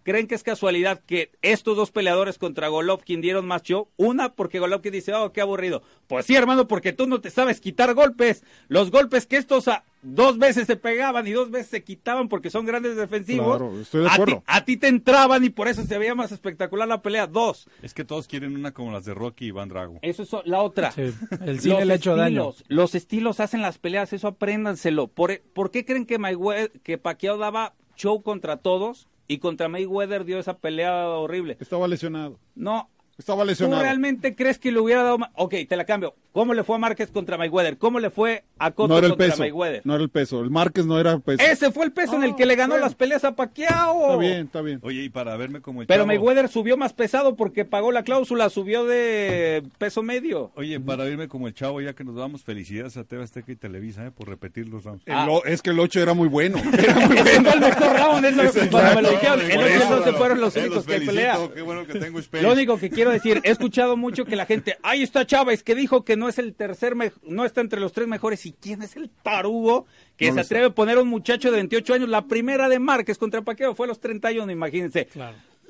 A: creen que es casualidad que estos dos peleadores contra Golovkin dieron más show? Una, porque Golovkin dice, oh, qué aburrido. Pues sí, hermano, porque tú no te sabes quitar golpes. Los golpes que estos ah, dos veces se pegaban y dos veces se quitaban porque son grandes defensivos.
D: Claro, estoy de
A: a ti-
D: acuerdo.
A: A ti te entraban y por eso se veía más espectacular la pelea. Dos,
C: Es que todos quieren una como las de Rocky y Iván Drago.
A: eso es o- la otra.
B: Sí, el cine le ha hecho daño.
A: estilos, Los estilos hacen las peleas, eso apréndanselo. ¿Por, por qué creen que, Maywe- que Pacquiao daba show contra todos y contra Mayweather dio esa pelea horrible?
D: Estaba lesionado.
A: No.
D: Estaba
A: ¿Tú
D: lesionado.
A: realmente crees que le hubiera dado más? Ok, te la cambio. ¿Cómo le fue a Márquez contra Mayweather? ¿Cómo le fue a Cotto
D: no era el
A: contra
D: peso.
A: Mayweather?
D: No era el peso. El Márquez no era el peso. Ah,
A: Ese fue el peso en el que le ganó las peleas a Pacquiao.
D: Está bien, está bien.
C: Oye, y para verme como el
A: Pero
C: chavo-
A: Mayweather subió más pesado porque pagó la cláusula, subió de peso medio.
C: Oye, para verme como el chavo, ya que nos damos felicidades a TV Azteca y Televisa, ¿eh? Por repetir los rounds.
D: El
A: Ah.
D: o- es que el 8 era muy bueno. Era muy
A: Ese
D: bueno.
A: fue el mejor round, es lo que
D: Exacto.
A: cuando me lo dijeron.
D: Por
A: El otro
D: eso,
A: dos se
D: claro.
A: fueron los
C: Eh,
A: únicos que
C: felicito,
A: pelearon.
C: Qué bueno que tengo space.
A: Lo único que quiero decir, he escuchado mucho que la gente, ahí está Chávez, que dijo que no es el tercer, mej- no está entre los tres mejores. ¿Y quién es el tarugo que
D: No
A: se
D: lo
A: atreve a poner a un muchacho de 28 años? La primera de Márquez contra Paqueo fue a los 31, imagínense.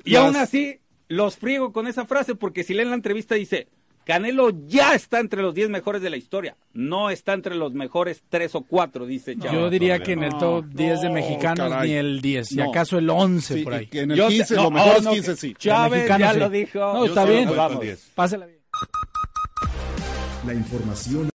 A: Y
D: Las-
A: aún así, los friego con esa frase porque si leen la entrevista dice, Canelo ya está entre los 10 mejores de la historia, no está entre los mejores tres o cuatro, dice Chávez.
B: Yo diría
C: todavía
B: que en el
D: no.
B: top 10 de
D: No,
B: mexicanos
D: caray.
B: ni el 10, si
D: No.
B: acaso el 11
D: Sí,
B: por ahí.
D: y que en el
A: Yo te-
D: 15,
A: no,
D: lo mejor
A: oh,
D: es
A: no,
D: 15, sí.
A: Chávez
B: mexicano,
A: ya
B: sí.
A: lo dijo.
B: No,
C: Yo
B: está
C: sí lo
B: bien.
C: cuento al 10.
B: Pásala bien.
H: La información